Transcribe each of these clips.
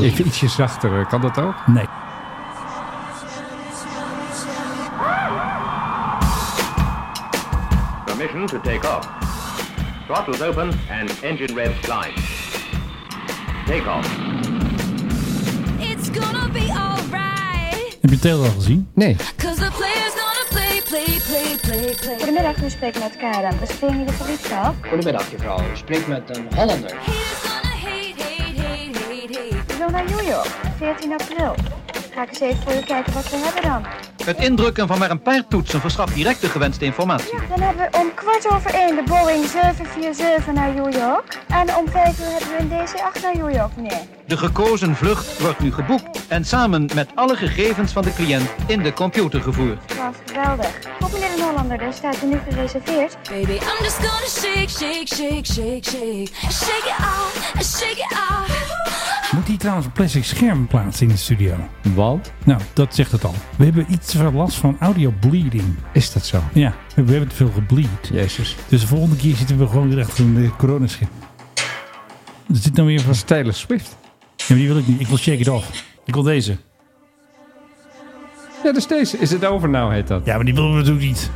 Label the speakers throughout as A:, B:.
A: Even ietsje zachter, kan dat ook?
B: Nee.
C: Permission to take off. Throttles open and engine revs line. Take off.
D: It's gonna be alright.
B: Heb je Taylor al gezien?
A: Nee.
D: Cause the player's gonna play, play, play, play, play.
E: Goedemiddag, u spreekt met Karen. We spelen hier de politie af.
F: Goedemiddag, mevrouw. U spreekt met een Hollander.
D: Haters gonna hate, hate, hate, hate, hate.
E: We wil naar New York, 14 april. Ga ik eens even voor je kijken wat we hebben dan.
G: Het indrukken van maar een paar toetsen verschaft direct de gewenste informatie.
E: Dan hebben we om kwart over één de Boeing 747 naar New York. En om vijf uur hebben we een DC-8 naar New York neer.
G: De gekozen vlucht wordt nu geboekt en samen met alle gegevens van de cliënt in de computer gevoerd.
E: Dat is geweldig. Goed, meneer de Hollander, daar staat u nu gereserveerd.
D: Baby, I'm just gonna shake, shake, shake, shake, shake. Shake it off, shake it off.
B: Moet hij trouwens een plastic scherm plaatsen in de studio?
A: Want?
B: Nou, dat zegt het al. We hebben iets te veel last van audio bleeding.
A: Is dat zo?
B: Ja, we hebben te veel gebleed.
A: Jezus.
B: Dus de volgende keer zitten we gewoon weer achter een eh, coronaschip. Er zit nou weer van... Ja,
A: Taylor Swift.
B: maar die wil ik niet. Ik wil Shake It Off. Ik wil deze.
A: Ja, dus deze. Is het over nou, heet dat.
B: Ja, maar die willen we natuurlijk niet.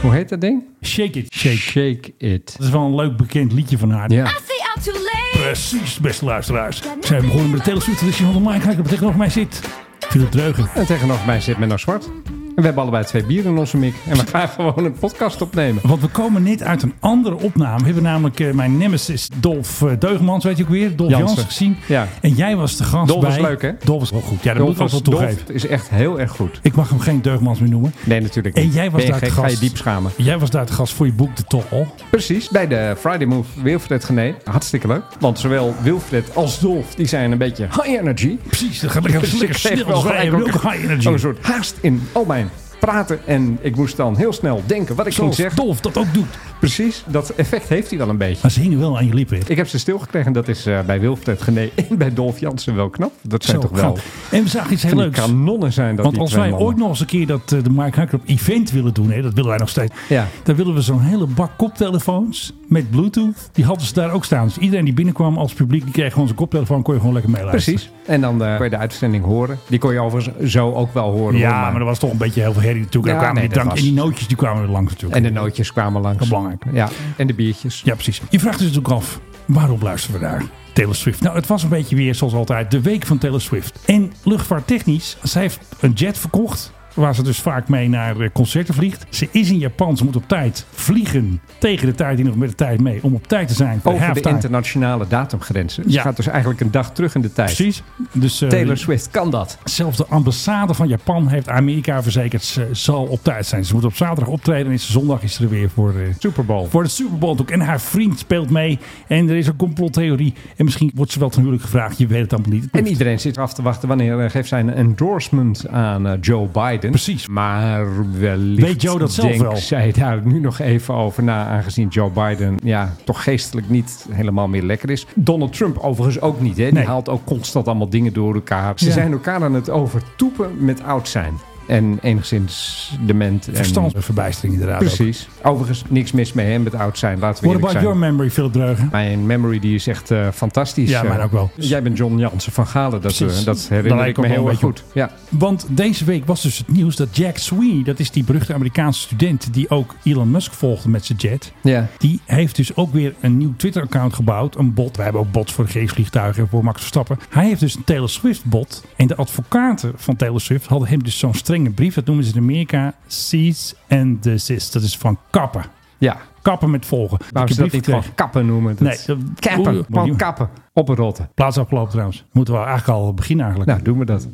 A: Hoe heet dat ding?
B: Shake It. Shake.
A: Shake It.
B: Dat is wel een leuk bekend liedje van haar.
A: Ja.
D: I say I'm too late.
B: Precies, beste luisteraars. Zijn begonnen met de telesuit, dus je van de maand kijken wat tegenover mij zit. Philip Dreugen.
A: En tegenover mij zit Menno Zwart. En we hebben allebei twee bieren in onze mik. En we gaan gewoon een podcast opnemen.
B: Want we komen net uit een andere opname. We hebben namelijk eh, mijn nemesis Dolf eh, Deugmans, weet je ook weer. Dolf
A: Jansen.
B: Jansen gezien.
A: Ja.
B: En jij was de gast
A: Dolf
B: bij...
A: was leuk, hè?
B: Dolf was wel goed. Ja, dat moet ik ook
A: Dolphins-
B: wel toegeven.
A: Dolph is echt heel erg goed.
B: Ik mag hem geen Deugmans meer noemen.
A: Nee, natuurlijk
B: En
A: niet.
B: jij was
A: Ben je
B: daar te
A: gek? Ga je
B: gast.
A: diep schamen.
B: Jij was daar te gast voor je boek De Tol.
A: Precies, bij de Friday Move Wilfred Genee. Hartstikke leuk. Want zowel Wilfred als Dolf, die zijn een beetje high energy.
B: Precies, dat gaat lekker,
A: Dus ik
B: lekker
A: geef
B: snel
A: wel
B: als wij
A: gelijk
B: hebben
A: ook Oh,
B: ook high energy.
A: Zo'n soort haast in al mijn praten. En ik moest dan heel snel denken wat ik
B: Zoals
A: ging zeggen.
B: Dolf dat ook doet.
A: Precies, dat effect heeft hij wel een beetje.
B: Maar ze hingen wel aan je lippen.
A: Ik heb ze stilgekregen. en Dat is eh, bij Wilfred Genee en bij Dolf Jansen wel knap. Dat zijn
B: Zo,
A: toch wel
B: gaaf. En we zagen iets heel
A: van die
B: leuks.
A: kanonnen zijn dat
B: Want
A: die
B: als
A: twee
B: wij
A: mannen.
B: ooit nog eens een keer dat eh, de Mark Hakker op event willen doen, hè, dat willen wij nog steeds.
A: Ja.
B: Dan willen we zo'n hele bak koptelefoons met Bluetooth. Die hadden ze daar ook staan. Dus iedereen die binnenkwam als publiek, die kreeg gewoon zijn koptelefoon. Kon je gewoon lekker meeluisteren.
A: Precies. En dan eh kon je de uitzending horen. Die kon je overigens zo ook wel horen. hoor,
B: Ja, maar er was toch een beetje heel veel herrie natuurlijk.
A: Ja,
B: Daar kwamen
A: nee,
B: die
A: dat
B: drank
A: was-
B: en die nootjes die kwamen er langs natuurlijk.
A: En de nootjes kwamen langs.
B: Dat is belangrijk.
A: Ja, en de biertjes.
B: Ja, precies. Je vraagt dus natuurlijk af, waarom luisteren we daar? Taylor Swift. Nou, het was een beetje weer, zoals altijd, de week van Taylor Swift. En luchtvaarttechnisch, zij heeft een jet verkocht. Waar ze dus vaak mee naar eh, concerten vliegt. Ze is in Japan, ze moet op tijd vliegen. Tegen de tijd, die nog met de tijd mee. Om op tijd te zijn. voor
A: Over de
B: halftime.
A: internationale datumgrenzen. Ze
B: Ja.
A: gaat dus eigenlijk een dag terug in de tijd.
B: Precies. Dus eh,
A: Taylor Swift kan dat.
B: zelfs de ambassade van Japan heeft Amerika verzekerd. Ze zal op tijd zijn. Ze moet op zaterdag optreden. En is zondag is ze er weer voor, eh,
A: Super Bowl.
B: voor de Super Bowl natuurlijk. En haar vriend speelt mee. En er is een complottheorie. En misschien wordt ze wel ten huwelijk gevraagd. Je weet het allemaal niet.
A: En iedereen zit af te wachten wanneer eh, geeft zij een endorsement aan eh, Joe Biden.
B: Precies.
A: Maar wellicht
B: Weet Joe dat zelf
A: denkt
B: wel?
A: zij daar nu nog even over na. Aangezien Joe Biden ja, toch geestelijk niet helemaal meer lekker is. Donald Trump overigens ook niet. Hè? Die
B: Nee.
A: haalt ook constant allemaal dingen door elkaar. Ze
B: Ja.
A: zijn elkaar aan het overtoepen met oud zijn. En enigszins dement. En eh,
B: Verstandsverbijstering inderdaad ook.
A: Precies. Overigens, niks mis mee hè, met oud zijn. Laten we
B: What
A: eerlijk
B: about
A: zijn.
B: your memory, Philip Dreugen?
A: Mijn memory die is echt eh, fantastisch.
B: Ja,
A: Eh,
B: mijn ook wel.
A: Jij bent John Jansen van Galen. Dat,
B: Precies.
A: eh, dat
B: Daar
A: herinner
B: lijk
A: ik
B: ik
A: me
B: ook wel
A: heel
B: een
A: erg goed.
B: beetje
A: Ja.
B: Want deze week was dus het nieuws dat Jack Sweeney, dat is die beruchte Amerikaanse student die ook Elon Musk volgde met zijn jet.
A: Ja.
B: Die heeft dus ook weer een nieuw Twitter-account gebouwd. Een bot. We hebben ook bots voor gevliegtuigen voor Max Verstappen. Hij heeft dus een Taylor Swift-bot. En de advocaten van Taylor Swift hadden hem dus zo'n strenge brief. Dat noemen ze in Amerika cease and desist. Dat is van kappen.
A: ja.
B: Kappen met volgen.
A: Waarom ze dat niet
B: van
A: gewoon kappen noemen? Dat
B: Nee, dat-
A: kappen.
B: Oeh,
A: gewoon
B: miljoen.
A: kappen. Oprotten.
B: Plaats afgelopen trouwens. Moeten we eigenlijk al beginnen eigenlijk.
A: Nou, doen we dat.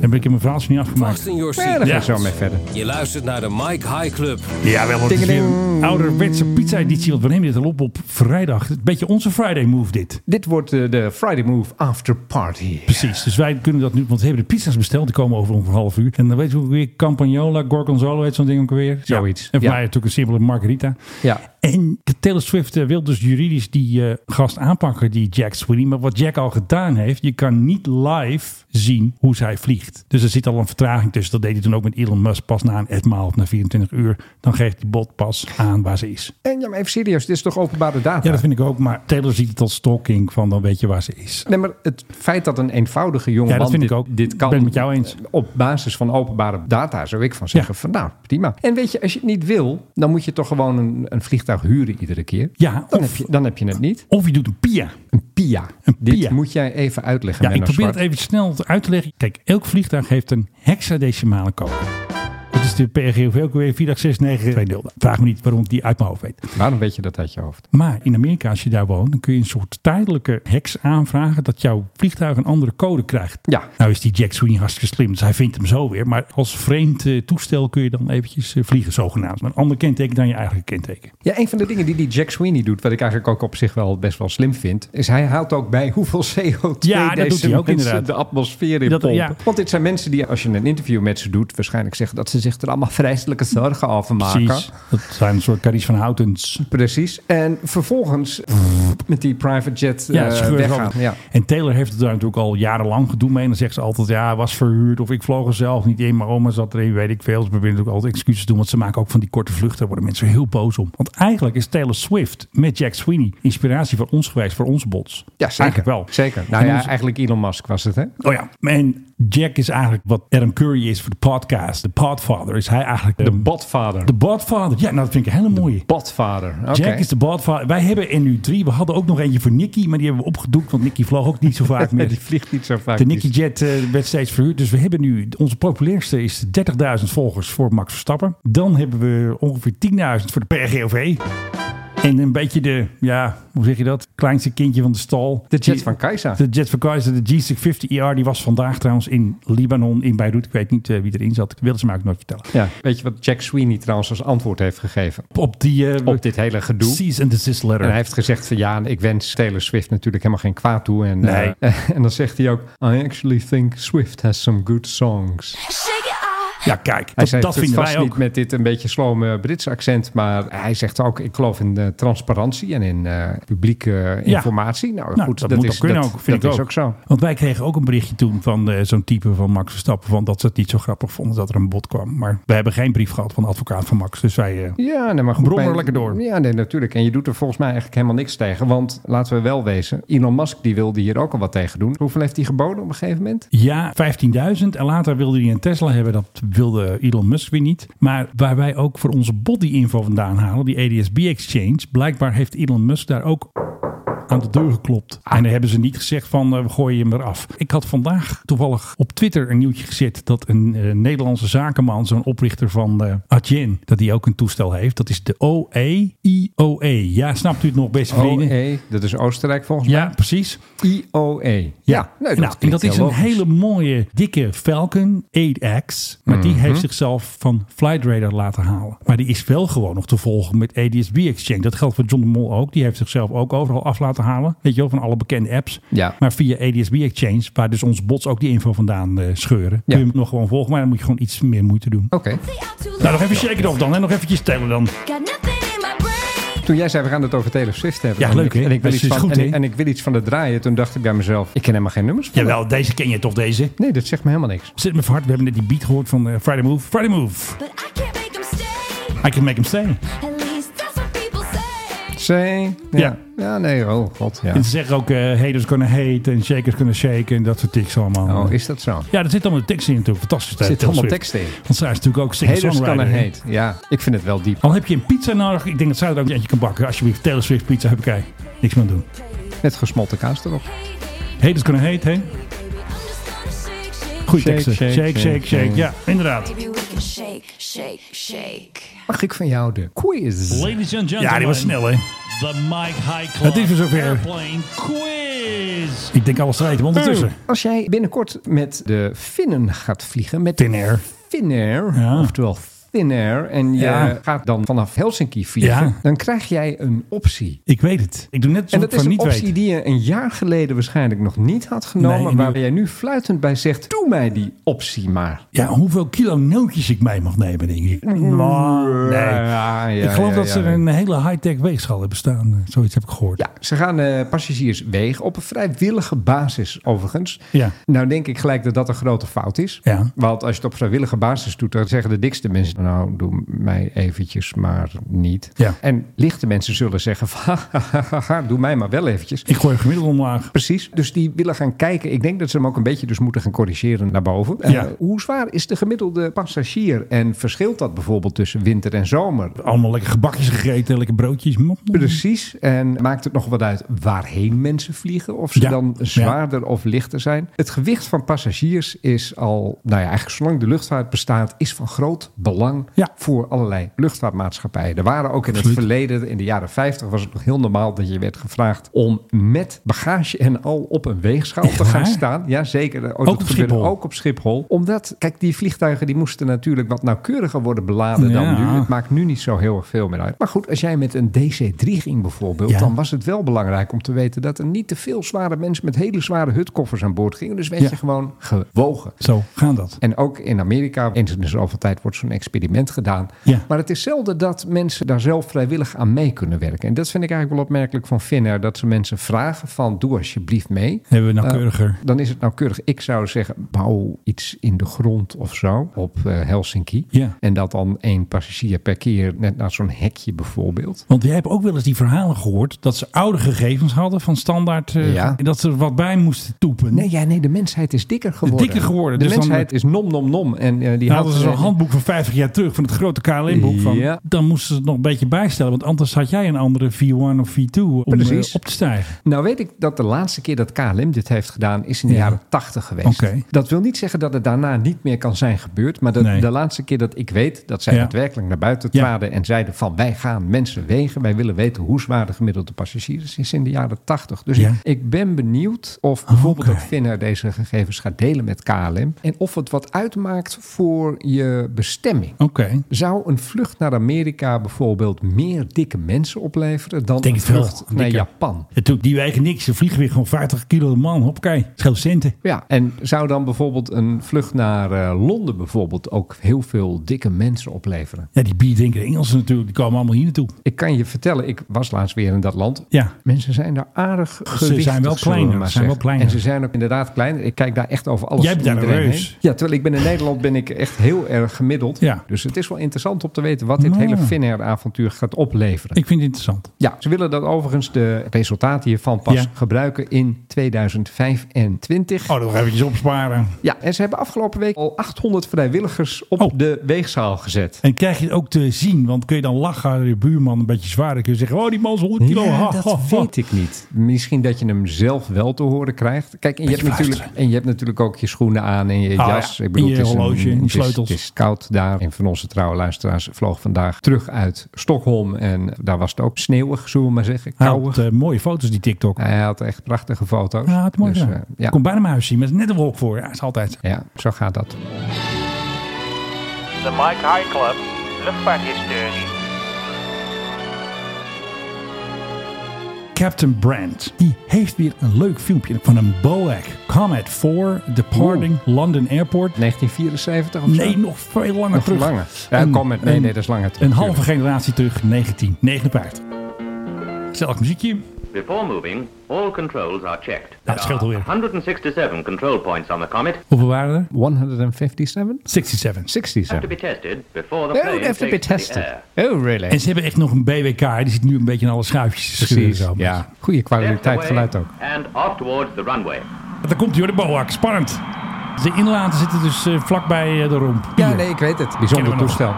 B: Dan ben ik in mijn verhaaltje niet afgemaakt.
H: in your
A: Ja,
H: seat.
A: dan ga
B: Ja.
A: ik zo mee verder.
H: Je luistert naar de Mike High Club.
B: Ja, wel. Het is weer een
A: Tingeling.
B: ouderwetse pizza-editie. Want we nemen dit al op op vrijdag. Een beetje onze Friday move dit.
A: Dit wordt eh, de Friday Move After Party.
B: Precies, dus wij kunnen dat nu, want we hebben de pizza's besteld. Die komen over ongeveer een half uur. En dan weet je ook weer Campagnola, Gorgonzola, weet je zo'n ding ook weer.
A: Zoiets,
B: En voor
A: ja.
B: mij natuurlijk een simpele margarita.
A: Ja.
B: En Taylor Swift eh, wil dus juridisch die eh, gast aanpakken, die Jack Sweeney. Maar wat Jack al gedaan heeft, je kan niet live zien hoe zij vliegt. Dus er zit al een vertraging tussen. Dat deed hij toen ook met Elon Musk pas na een etmaal of na 24 uur. Dan geeft die bot pas aan waar ze is.
A: En ja, maar even serieus, dit is toch openbare data?
B: Ja, dat vind ik ook. Maar Taylor ziet het als stalking van dan weet je waar ze is.
A: Nee, maar het feit dat een eenvoudige jongen
B: Ja, dat vind ik ook.
A: dit, dit
B: Ik
A: kan
B: ben het met jou eens.
A: op basis van openbare data, zou ik van zeggen,
B: Ja.
A: van nou, prima. En weet je, als je het niet wil, dan moet je toch gewoon een, een vliegtuig huren iedere keer.
B: Ja,
A: Dan,
B: of-
A: heb je, dan heb je het niet.
B: Of je doet een pia.
A: Een PIA.
B: Een
A: Dit
B: PIA.
A: moet jij even uitleggen,
B: Ja, ik
A: Menno
B: probeer het
A: Zwart.
B: even snel uit te leggen. Kijk, elk vliegtuig heeft een hexadecimale code. Dat is de PRGOV ook weer 486920. Vraag me niet waarom ik die uit mijn hoofd weet.
A: Waarom weet je dat uit je hoofd?
B: Maar in Amerika, als je daar woont, dan kun je een soort tijdelijke heks aanvragen dat jouw vliegtuig een andere code krijgt.
A: Ja.
B: Nou is die Jack Sweeney hartstikke slim, dus hij vindt hem zo weer. Maar als vreemd eh, toestel kun je dan eventjes eh, vliegen, zogenaamd. Maar een ander kenteken dan je eigen kenteken.
A: Ja, een van de dingen die die Jack Sweeney doet, wat ik eigenlijk ook op zich wel best wel slim vind, is hij haalt ook bij hoeveel CO2
B: Ja, dat
A: deze
B: doet hij
A: mensen
B: ook inderdaad.
A: de atmosfeer in
B: Dat-
A: pompen.
B: ja.
A: Want dit zijn mensen die, als je een interview met ze doet, waarschijnlijk zeggen dat ze zich er allemaal vreselijke zorgen over maken.
B: Precies. Dat zijn een soort Carice van Houtens.
A: Precies. En vervolgens met die private jet
B: Ja,
A: eh,
B: scheur
A: weggaan.
B: ze
A: Ja.
B: ja. En Taylor heeft het daar natuurlijk al jarenlang gedoe mee. En dan zegt ze altijd, ja, hij was verhuurd of ik vloog er zelf niet in. Maar oma zat erin, weet ik veel. Ze proberen natuurlijk altijd excuses te doen. Want ze maken ook van die korte vluchten. Daar worden mensen heel boos om. Want eigenlijk is Taylor Swift met Jack Sweeney inspiratie voor ons geweest, voor onze bots.
A: ja, zeker.
B: Eigenlijk wel.
A: Zeker. Nou
B: En
A: ja,
B: onze-
A: eigenlijk Elon Musk was het, hè?
B: Oh ja, en Jack is eigenlijk wat Adam Curry is voor de podcast. De podfather is hij eigenlijk de,
A: botvader.
B: de podfather. Ja, nou dat vind ik een hele mooie.
A: botvader. Oké.
B: Jack is de badvader. Wij hebben er nu drie. We hadden ook nog eentje voor Nicky, maar die hebben we opgedoekt. Want Nicky vloog ook niet zo vaak meer.
A: Die vliegt niet zo vaak.
B: De Nicky Jet eh, werd steeds verhuurd. Dus we hebben nu, onze populairste is 30.000 volgers voor Max Verstappen. Dan hebben we ongeveer 10.000 voor de PRGOV. En een beetje de, ja, hoe zeg je dat? Kleinste kindje van de stal.
A: De Jet
B: Die-
A: van Kajsa.
B: De Jet van Kaiser, de G650 ER, E die was vandaag trouwens in Libanon, in Beirut. Ik weet niet eh, wie erin zat. Ik wilde ze maar ook nooit vertellen.
A: Ja. Weet je wat Jack Sweeney trouwens als antwoord heeft gegeven
B: Op die... eh,
A: op dit hele gedoe?
B: Cease and desist letter.
A: En hij heeft gezegd van ja, ik wens Taylor Swift natuurlijk helemaal geen kwaad toe. En,
B: Nee.
A: eh, en dan zegt hij ook, I actually think Swift has some good songs.
D: Shake it off.
B: ja, kijk,
A: Hij
B: dat,
A: zegt
B: dat
A: het
B: vinden
A: vast
B: wij ook.
A: niet met dit een beetje slome Brits accent, maar hij zegt ook, ik geloof in eh, transparantie en in eh, publieke informatie. Nou,
B: Nou,
A: goed,
B: dat, moet
A: is,
B: ook kunnen ook, vind
A: dat
B: ik
A: is ook zo.
B: Want wij kregen ook een berichtje toen van eh, zo'n type van Max Verstappen... Van dat ze het niet zo grappig vonden dat er een bod kwam. Maar we hebben geen brief gehad van de advocaat van Max. Dus wij... eh,
A: Ja, nee, maar goed.
B: Brom er
A: bij-
B: lekker door.
A: Ja, nee, natuurlijk. En je doet er volgens mij eigenlijk helemaal niks tegen. Want laten we wel wezen, Elon Musk die wilde hier ook al wat tegen doen. Hoeveel heeft hij geboden op een gegeven moment?
B: ja, 15.000. En later wilde hij een Tesla hebben. Dat wilde Elon Musk weer niet. Maar waar wij ook voor onze bod die info vandaan halen... die ADSB Exchange... blijkbaar heeft Elon Musk daar ook aan de deur geklopt. En dan hebben ze niet gezegd van eh, we gooien hem eraf. Ik had vandaag toevallig op Twitter een nieuwtje gezet dat een eh, Nederlandse zakenman, zo'n oprichter van eh Adyen, dat die ook een toestel heeft. Dat is de E OE-IOE. Ja, snapt u het nog best
A: E
B: vrienden?
A: OE, dat is Oostenrijk volgens mij.
B: Ja, precies.
A: IOE. E. nee, dat,
B: nou, en
A: klinkt
B: dat is
A: heel
B: een
A: logisch.
B: hele mooie, dikke Falcon 8X. Maar
A: Mhm.
B: die heeft zichzelf van Flight Radar laten halen. Maar die is wel gewoon nog te volgen met ADSB Exchange. Dat geldt voor John de Mol ook. Die heeft zichzelf ook overal af laten halen. Weet je wel, van alle bekende apps.
A: Ja.
B: Maar via ADSB Exchange, waar dus ons bots ook die info vandaan eh, scheuren.
A: Ja.
B: Kun je hem nog gewoon volgen, maar dan moet je gewoon iets meer moeite doen.
A: Oké.
D: I'm too
B: Nou,
D: low.
B: nog even shake it off dan. En nog eventjes tellen dan.
D: Got nothing in my brain.
A: Toen jij zei, we gaan het over Taylor Swift hebben.
B: Ja,
A: en
B: leuk,
A: ik-
B: hè?
A: En ik, wil
B: Dat
A: iets
B: is dus
A: van,
B: goed,
A: en,
B: hè?
A: ik- en ik wil iets van het draaien. Toen dacht ik bij mezelf, ik ken helemaal geen nummers van.
B: Jawel, deze ken je toch, deze?
A: Nee, dat zegt me helemaal niks.
B: Zit me verhard. We hebben net die beat gehoord van eh, Friday Move. Friday Move.
D: But I can't make 'em stay.
B: I can make him stay.
D: At least that's what people say.
A: C. Ja. ja.
B: Ja.
A: nee, oh god. Ja.
B: En ze zeggen ook eh haters kunnen hate en shakers kunnen shaken en dat soort tics allemaal.
A: Oh, is dat zo?
B: Ja, er zit allemaal tekst in natuurlijk. Fantastisch.
A: Er zit
B: Taylor
A: allemaal
B: Swift.
A: tekst in.
B: Want zij is natuurlijk ook
A: Haters
B: singer-songwriter.
A: kan er
B: hè?
A: heet. Ja, ik vind het wel diep.
B: Al heb je een pizza nodig, ik denk dat zij er ook eentje kan bakken. Alsjeblieft, Taylor Swift pizza, heb ik er niks meer aan doen.
A: Met gesmolten kaas erop.
B: Haters kunnen hate, hè?
D: Baby, I'm just gonna shake, shake.
B: Goeie
A: Shake,
B: teksten.
A: shake,
B: Shake, shake,
A: shake,
B: shake,
A: shake.
B: Ja, inderdaad.
D: Baby, we can shake, shake, shake.
A: Mag ik van jou de quiz?
I: Ladies and gentlemen,
B: Ja, die was snel, hè?
I: The Mike High Club
B: Het is weer zover.
I: Airplane Quiz.
B: Ik denk alles rijdt hem ondertussen.
A: Hmm, Als jij binnenkort met de Finnen gaat vliegen, met
B: Thin air.
A: Finnair,
B: Ja.
A: oftewel thin air en je
B: Ja.
A: gaat dan vanaf Helsinki vliegen,
B: Ja.
A: dan krijg jij een optie.
B: Ik weet het. Ik doe net
A: En
B: alsof ik
A: dat is
B: van
A: een
B: niet
A: optie
B: weet.
A: die je een jaar geleden waarschijnlijk nog niet had genomen.
B: Nee, nu-
A: waar jij nu fluitend bij zegt, doe mij die optie maar.
B: Ja, hoeveel kilo nootjes ik mee mag nemen, denk ik. Nou, nee.
A: Ja, ja,
B: ik geloof
A: ja,
B: dat
A: ja,
B: ze er
A: ja.
B: een hele high-tech weegschaal hebben staan. Zoiets heb ik gehoord.
A: Ja, ze gaan eh, passagiers wegen op een vrijwillige basis overigens.
B: Ja.
A: Nou denk ik gelijk dat dat een grote fout is.
B: Ja.
A: Want als je het op vrijwillige basis doet, dan zeggen de dikste mensen... nou, doe mij eventjes maar niet.
B: Ja.
A: En lichte mensen zullen zeggen van... "Hahaha, doe mij maar wel eventjes.
B: Ik gooi gemiddeld omlaag.
A: Precies, dus die willen gaan kijken. Ik denk dat ze hem ook een beetje dus moeten gaan corrigeren naar boven. Eh,
B: Ja.
A: hoe zwaar is de gemiddelde passagier? En verschilt dat bijvoorbeeld tussen winter en zomer?
B: Allemaal lekker gebakjes gegeten, lekker broodjes.
A: Precies. En maakt het nog wat uit waarheen mensen vliegen? Of ze
B: Ja,
A: dan zwaarder of lichter zijn? Het gewicht van passagiers is al, nou ja, eigenlijk zolang de luchtvaart bestaat, is van groot belang
B: Ja.
A: voor allerlei luchtvaartmaatschappijen. Er waren ook in het
B: Absoluut.
A: verleden, in de jaren 50, was het nog heel normaal dat je werd gevraagd om met bagage en al op een weegschaal
B: Echt
A: te gaan
B: waar?
A: staan. Ja, zeker. Ook,
B: op Schiphol.
A: ook op Schiphol. Omdat, kijk, die vliegtuigen die moesten natuurlijk wat nauwkeuriger worden beladen
B: Ja.
A: dan nu. Het maakt nu niet zo heel erg veel meer uit. Maar goed, als jij met een DC-3 ging bijvoorbeeld,
B: Ja.
A: dan was het wel belangrijk om te weten dat er niet te veel zware mensen met hele zware hutkoffers aan boord gingen. Dus werd
B: Ja.
A: je gewoon gewogen.
B: Zo gaan dat.
A: En ook in Amerika, eens in de zoveel tijd wordt zo'n experiment gedaan.
B: Ja.
A: Maar het is zelden dat mensen daar zelf vrijwillig aan mee kunnen werken. En dat vind ik eigenlijk wel opmerkelijk van Finnair. Dat ze mensen vragen van doe alsjeblieft mee.
B: Hebben we nauwkeuriger.
A: Eh, dan is het nauwkeurig. Ik zou zeggen bouw iets in de grond of zo op eh, Helsinki.
B: Ja.
A: En dat dan één passagier per keer net naar zo'n hekje bijvoorbeeld.
B: Want jij hebt ook wel eens die verhalen gehoord dat ze oude gegevens hadden van standaard. eh,
A: Ja.
B: Dat ze er wat bij moesten toepen.
A: Nee, ja, nee, de mensheid is dikker geworden.
B: Dikker geworden,
A: De
B: dus dan- Nou,
A: mensheid is nom nom nom. En eh, die
B: Dan hadden ze
A: houdt-
B: zo'n handboek van 50 jaar terug van het grote KLM-boek. Van,
A: Ja.
B: Dan moesten ze het nog een beetje bijstellen. Want anders had jij een andere V1 of V2 om eh,
A: Precies.
B: op te stijgen.
A: Nou weet ik dat de laatste keer dat KLM dit heeft gedaan is in de
B: Ja.
A: jaren 80 geweest.
B: Oké.
A: Dat wil niet zeggen dat het daarna niet meer kan zijn gebeurd. Maar de,
B: Nee.
A: de laatste keer dat ik weet dat zij
B: Ja.
A: daadwerkelijk naar buiten
B: Ja.
A: traden en zeiden van wij gaan mensen wegen. Wij willen weten hoe zwaar de gemiddelde passagiers is in de jaren 80. Dus
B: Ja.
A: ik- ik ben benieuwd of bijvoorbeeld
B: Oké.
A: dat Finnair deze gegevens gaat delen met KLM. En of het wat uitmaakt voor je bestemming.
B: Oké.
A: Zou een vlucht naar Amerika bijvoorbeeld meer dikke mensen opleveren dan
B: denk
A: een
B: het wel.
A: vlucht naar
B: Dikker.
A: Japan?
B: Natuurlijk, die wegen niks. Ze vliegen weer gewoon 50 kilo man. Hoppakee. Scheel centen.
A: Ja, en zou dan bijvoorbeeld een vlucht naar eh, Londen bijvoorbeeld ook heel veel dikke mensen opleveren?
B: Ja, die bierdenkende Engelsen natuurlijk. Die komen allemaal hier naartoe.
A: Ik kan je vertellen, ik was laatst weer in dat land.
B: Ja.
A: Mensen zijn daar aardig gewichtig,
B: zijn wel
A: zullen we maar
B: kleiner, ze zijn wel
A: zeggen.
B: kleiner.
A: En ze zijn ook inderdaad kleiner. Ik kijk daar echt over alles
B: Jij bent
A: en
B: daar een
A: iedereen
B: reus.
A: heen. Ja, terwijl ik ben in Nederland ben ik echt heel erg gemiddeld.
B: Ja. Nou.
A: Dus het is wel interessant om te weten wat dit
B: Ja.
A: hele Finnair-avontuur gaat opleveren.
B: Ik vind het interessant.
A: Ja, ze willen dat overigens de resultaten hiervan pas
B: Ja.
A: gebruiken in 2025.
B: Oh, dat nog eventjes opsparen.
A: Ja, en ze hebben afgelopen week al 800 vrijwilligers op
B: Oh.
A: de weegzaal gezet.
B: En krijg je het ook te zien, want kun je dan lachen aan je buurman een beetje zwaarder. Kun je zeggen, oh die man is 100 kilo.
A: Ja,
B: ha, ha,
A: dat
B: ha.
A: weet ik niet. Misschien dat je hem zelf wel te horen krijgt. Kijk, en je, hebt
B: Beetje
A: natuurlijk,
B: fluisteren.
A: en je hebt natuurlijk ook je schoenen aan en je
B: Ah,
A: jas.
B: ja.
A: Ik bedoel,
B: En je
A: het is een-
B: horloge en je
A: het is-
B: sleutels.
A: Het is koud daar. Een van onze trouwe luisteraars vloog vandaag terug uit Stockholm. En daar was het ook sneeuwig, zullen we maar zeggen.
B: Hij had
A: Kouwig.
B: eh, mooie foto's, die TikTok.
A: Hij had echt prachtige foto's.
B: Ja, het mooi
A: Dus,
B: gedaan.
A: eh, ja.
B: Komt bijna mijn huis zien, met net een wolk voor. Ja, is altijd.
A: ja, zo gaat dat.
J: De Mike High Club Luchtvaarthistorie.
B: Captain Brandt, die heeft weer een leuk filmpje van een BOAG Comet 4 Departing London Airport.
A: 1974 of zo?
B: Nee, nog veel langer
A: Nog
B: terug.
A: langer. Ja,
B: Een-
A: kom met- nee,
B: een-
A: nee, dat is langer terug,
B: Een halve generatie terug, 1959. Gezellig muziekje.
C: Before moving, all controls are checked.
B: Nou, het scheelt alweer.
C: 167 control points on the Comet
B: Hoeveel waren er?
A: 157?
B: 67.
A: 67.
C: have to be tested before the
A: Oh,
C: plane
A: they have to be
C: takes the
A: tested.
C: air.
A: Oh, really?
B: En ze hebben echt nog een BWK. Die zit nu een beetje in alle schuifjes te scheuren. zo.
A: ja. Goede
C: Left
A: kwaliteit
C: away
A: geluid ook.
C: And off towards the runway.
B: Daar komt hij hoor, de BOAG. Spannend. De inlaten zitten dus eh, vlakbij eh, de romp.
A: Ja,
B: Hier.
A: nee, ik weet het.
B: Kennen we
A: Bijzonder
B: nog.
A: toestel.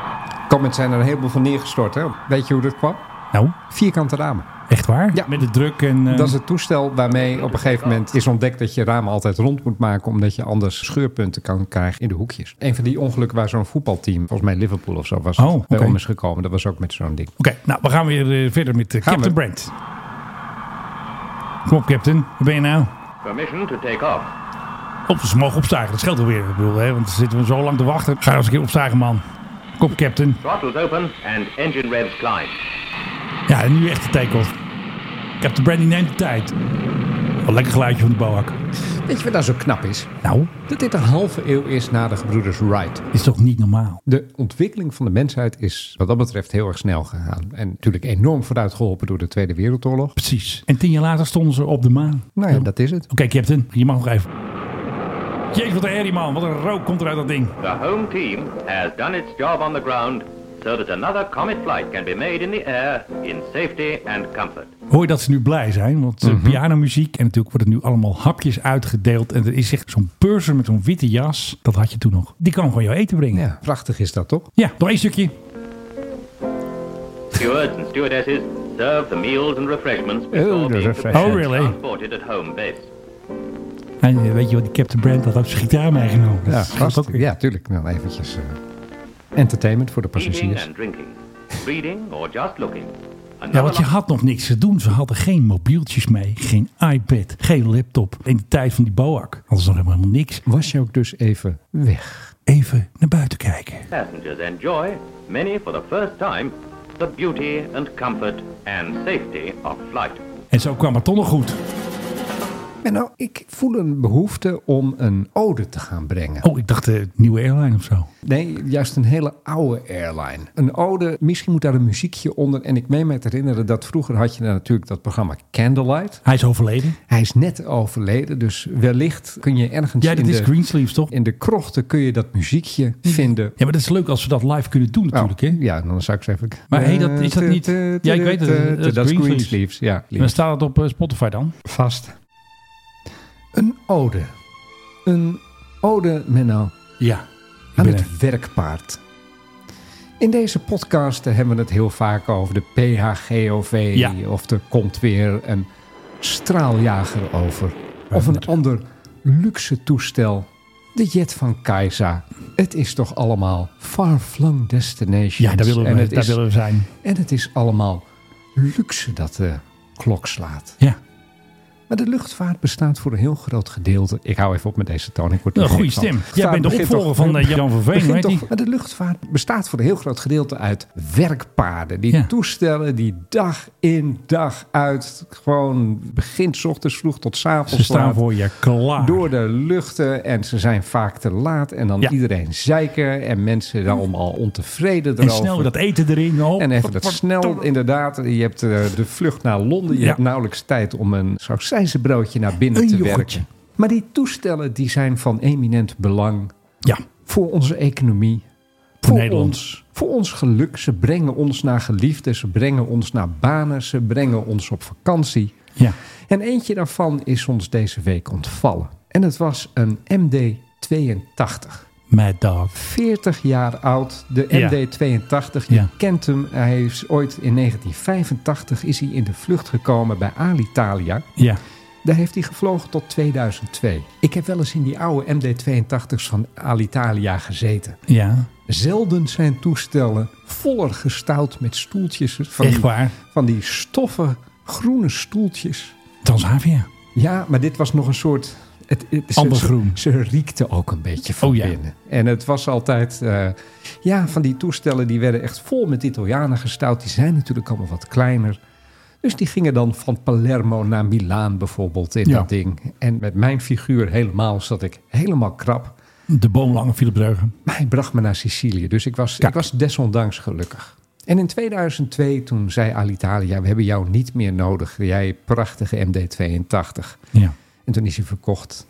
A: Comet zijn er een heleboel van neergestort. Hè? Weet je hoe dat kwam?
B: Nou,
A: Vierkante ramen.
B: echt waar?
A: Ja.
B: Met de druk en... eh,
A: Dat is het toestel waarmee op een gegeven moment is ontdekt dat je ramen altijd rond moet maken. Omdat je anders scheurpunten kan krijgen in de hoekjes. Een van die ongelukken waar zo'n voetbalteam, volgens mij Liverpool of zo, was het,
B: Oh,
A: bij
B: oké.
A: om is gekomen. Dat was ook met zo'n ding.
B: Oké, nou, we gaan weer eh, verder met eh,
A: Gaan
B: Captain
A: we.
B: Brandt. Kom op, Captain. Waar ben je nou?
C: Permission to take off.
B: Op, ze mogen opstijgen. Dat scheelt alweer. Ik bedoel, hè, want dan zitten we zo lang te wachten. Ga eens een keer opstijgen, man. Kom, captain.
C: Throttles open and engine revs climb.
B: Ja, en nu echt de take-off. Captain Brandy neemt de tijd. Wat een lekker geluidje van de boak.
A: Weet je wat nou zo knap is?
B: Nou,
A: Dat dit een halve eeuw is na de gebroeders Wright.
B: is toch niet normaal?
A: De ontwikkeling van de mensheid is wat dat betreft heel erg snel gegaan. En natuurlijk enorm vooruit geholpen door de Tweede Wereldoorlog.
B: Precies. En tien jaar later stonden ze op de maan.
A: Nou ja, dat is het.
B: Oké, Captain, je mag nog even. Jezus, wat een herrie, man. Wat een rook komt er uit dat ding.
C: The home team has done its job on the ground so that another Comet flight can be made in the air in safety and comfort.
B: Hoor je dat ze nu blij zijn? Want
A: Mhm.
B: eh, pianomuziek en natuurlijk wordt het nu allemaal hapjes uitgedeeld. En er is echt zo'n purser met zo'n witte jas. Dat had je toen nog. Die kan gewoon jouw eten brengen. Ja,
A: Ja, prachtig is dat toch?
B: nog één stukje.
C: Stewards and stewardesses serve the meals and refreshments before
A: Oh, the
C: being
A: refreshments.
B: Oh, really?
C: transported at home base.
B: En eh, weet je wat, die Captain Brand had ook zijn gitaar meegenomen.
A: Ja,
B: Dat gaat
A: prachtig.
B: weer.
A: Ja, tuurlijk. Dan eventjes eh, entertainment voor de
C: Eating
A: passagiers.
C: and drinking, reading or just looking.
B: Ja,
C: Another
B: want je had nog niks te doen. Ze hadden geen mobieltjes mee, geen iPad, geen laptop. In de tijd van die BOAC hadden ze nog helemaal niks.
A: Was je ook dus even weg?
B: Even naar buiten kijken.
C: passengers enjoy, many for the first time, the beauty and comfort and safety of flight.
B: En zo kwam het toch nog goed.
A: En nou, ik voel een behoefte om een ode te gaan brengen.
B: Oh, ik dacht de nieuwe airline of zo.
A: Nee, juist een hele oude airline. Een ode, misschien moet daar een muziekje onder. En ik meen me te herinneren dat vroeger had je daar natuurlijk dat programma Candlelight.
B: Hij is overleden.
A: Hij is net overleden, dus wellicht kun je ergens
B: Ja,
A: in,
B: dit is
A: de,
B: Greensleeves, toch?
A: in de krochten kun je dat muziekje vinden.
B: Ja, maar dat is leuk als we dat live kunnen doen natuurlijk, hè?
A: Oh, ja, dan zou ik ze even... Eh,
B: Maar hey, dat- is dat niet- Ja, ik weet het, dat is
A: Dat is
B: Greensleeves.
A: Greensleeves, ja.
B: Dan staat het op eh, Spotify dan.
A: Vast. Een ode. Een ode, Menno,
B: Ja. Ik
A: aan
B: ben
A: het
B: er.
A: werkpaard. In deze podcast hebben we het heel vaak over de PHGOV.
B: Ja.
A: Of er komt weer een straaljager over. Of een ander luxe toestel. De jet van Kaiza. Het is toch allemaal far-flung destinations.
B: Ja, daar willen
A: en
B: we,
A: het
B: daar
A: is,
B: willen we zijn.
A: En het is allemaal luxe dat de klok slaat.
B: Ja.
A: Maar de luchtvaart bestaat voor een heel groot gedeelte. Ik hou even op met deze toon. Ik word er
B: Nou, goede
A: gek van.
B: stem. Jij
A: Vaart
B: bent de
A: begint
B: opvolger
A: toch-
B: van eh, Jan van Veen,
A: begint
B: weet
A: toch-
B: je?
A: Maar de luchtvaart bestaat voor een heel groot gedeelte uit werkpaarden. Die
B: Ja.
A: toestellen die dag in dag uit gewoon begint 's ochtends vroeg tot 's avonds
B: Ze staan
A: laat
B: voor je klaar.
A: door de luchten en ze zijn vaak te laat en dan
B: Ja.
A: iedereen zeiken en mensen dan allemaal ontevreden erover.
B: en snel dat eten erin. Oh,
A: En even dat snel, inderdaad. Je hebt eh, de vlucht naar Londen. Je
B: Ja.
A: hebt nauwelijks tijd om een sausijzenbroodje naar binnen
B: Een
A: te
B: yoghurtje.
A: werken. Maar die toestellen die zijn van eminent belang
B: Ja.
A: voor onze economie. Voor
B: Nederland.
A: ons, voor ons geluk. Ze brengen ons naar geliefden. Ze brengen ons naar banen. Ze brengen ons op vakantie.
B: Ja.
A: En eentje daarvan is ons deze week ontvallen. En het was een MD-82.
B: Mad Dog.
A: 40 jaar oud, de
B: Ja.
A: MD-82. Je
B: Ja.
A: kent hem. Hij is ooit in 1985 is hij in de vlucht gekomen bij Alitalia.
B: Ja.
A: Daar heeft hij gevlogen tot 2002. Ik heb wel eens in die oude MD-82's van Alitalia gezeten.
B: Ja.
A: Zelden zijn toestellen voller gestouwd met stoeltjes. Van
B: Echt
A: die,
B: waar.
A: Van die stoffen, groene stoeltjes.
B: Transavia.
A: Ja, maar dit was nog een soort. Het, het, ze-
B: Ambergroen.
A: Ze, ze riekte ook een beetje van
B: Oh ja.
A: binnen. En het was altijd. eh, ja, van die toestellen die werden echt vol met Italianen gestout. Die zijn natuurlijk allemaal wat kleiner. Dus die gingen dan van Palermo naar Milaan bijvoorbeeld in
B: Ja.
A: dat ding. En met mijn figuur helemaal zat ik helemaal krap.
B: De boomlange Philip Dreugen.
A: Maar hij bracht me naar Sicilië. Dus ik was, ik was desondanks gelukkig. En in 2002 toen zei Alitalia, we hebben jou niet meer nodig. Jij prachtige MD-82.
B: Ja.
A: En toen is hij verkocht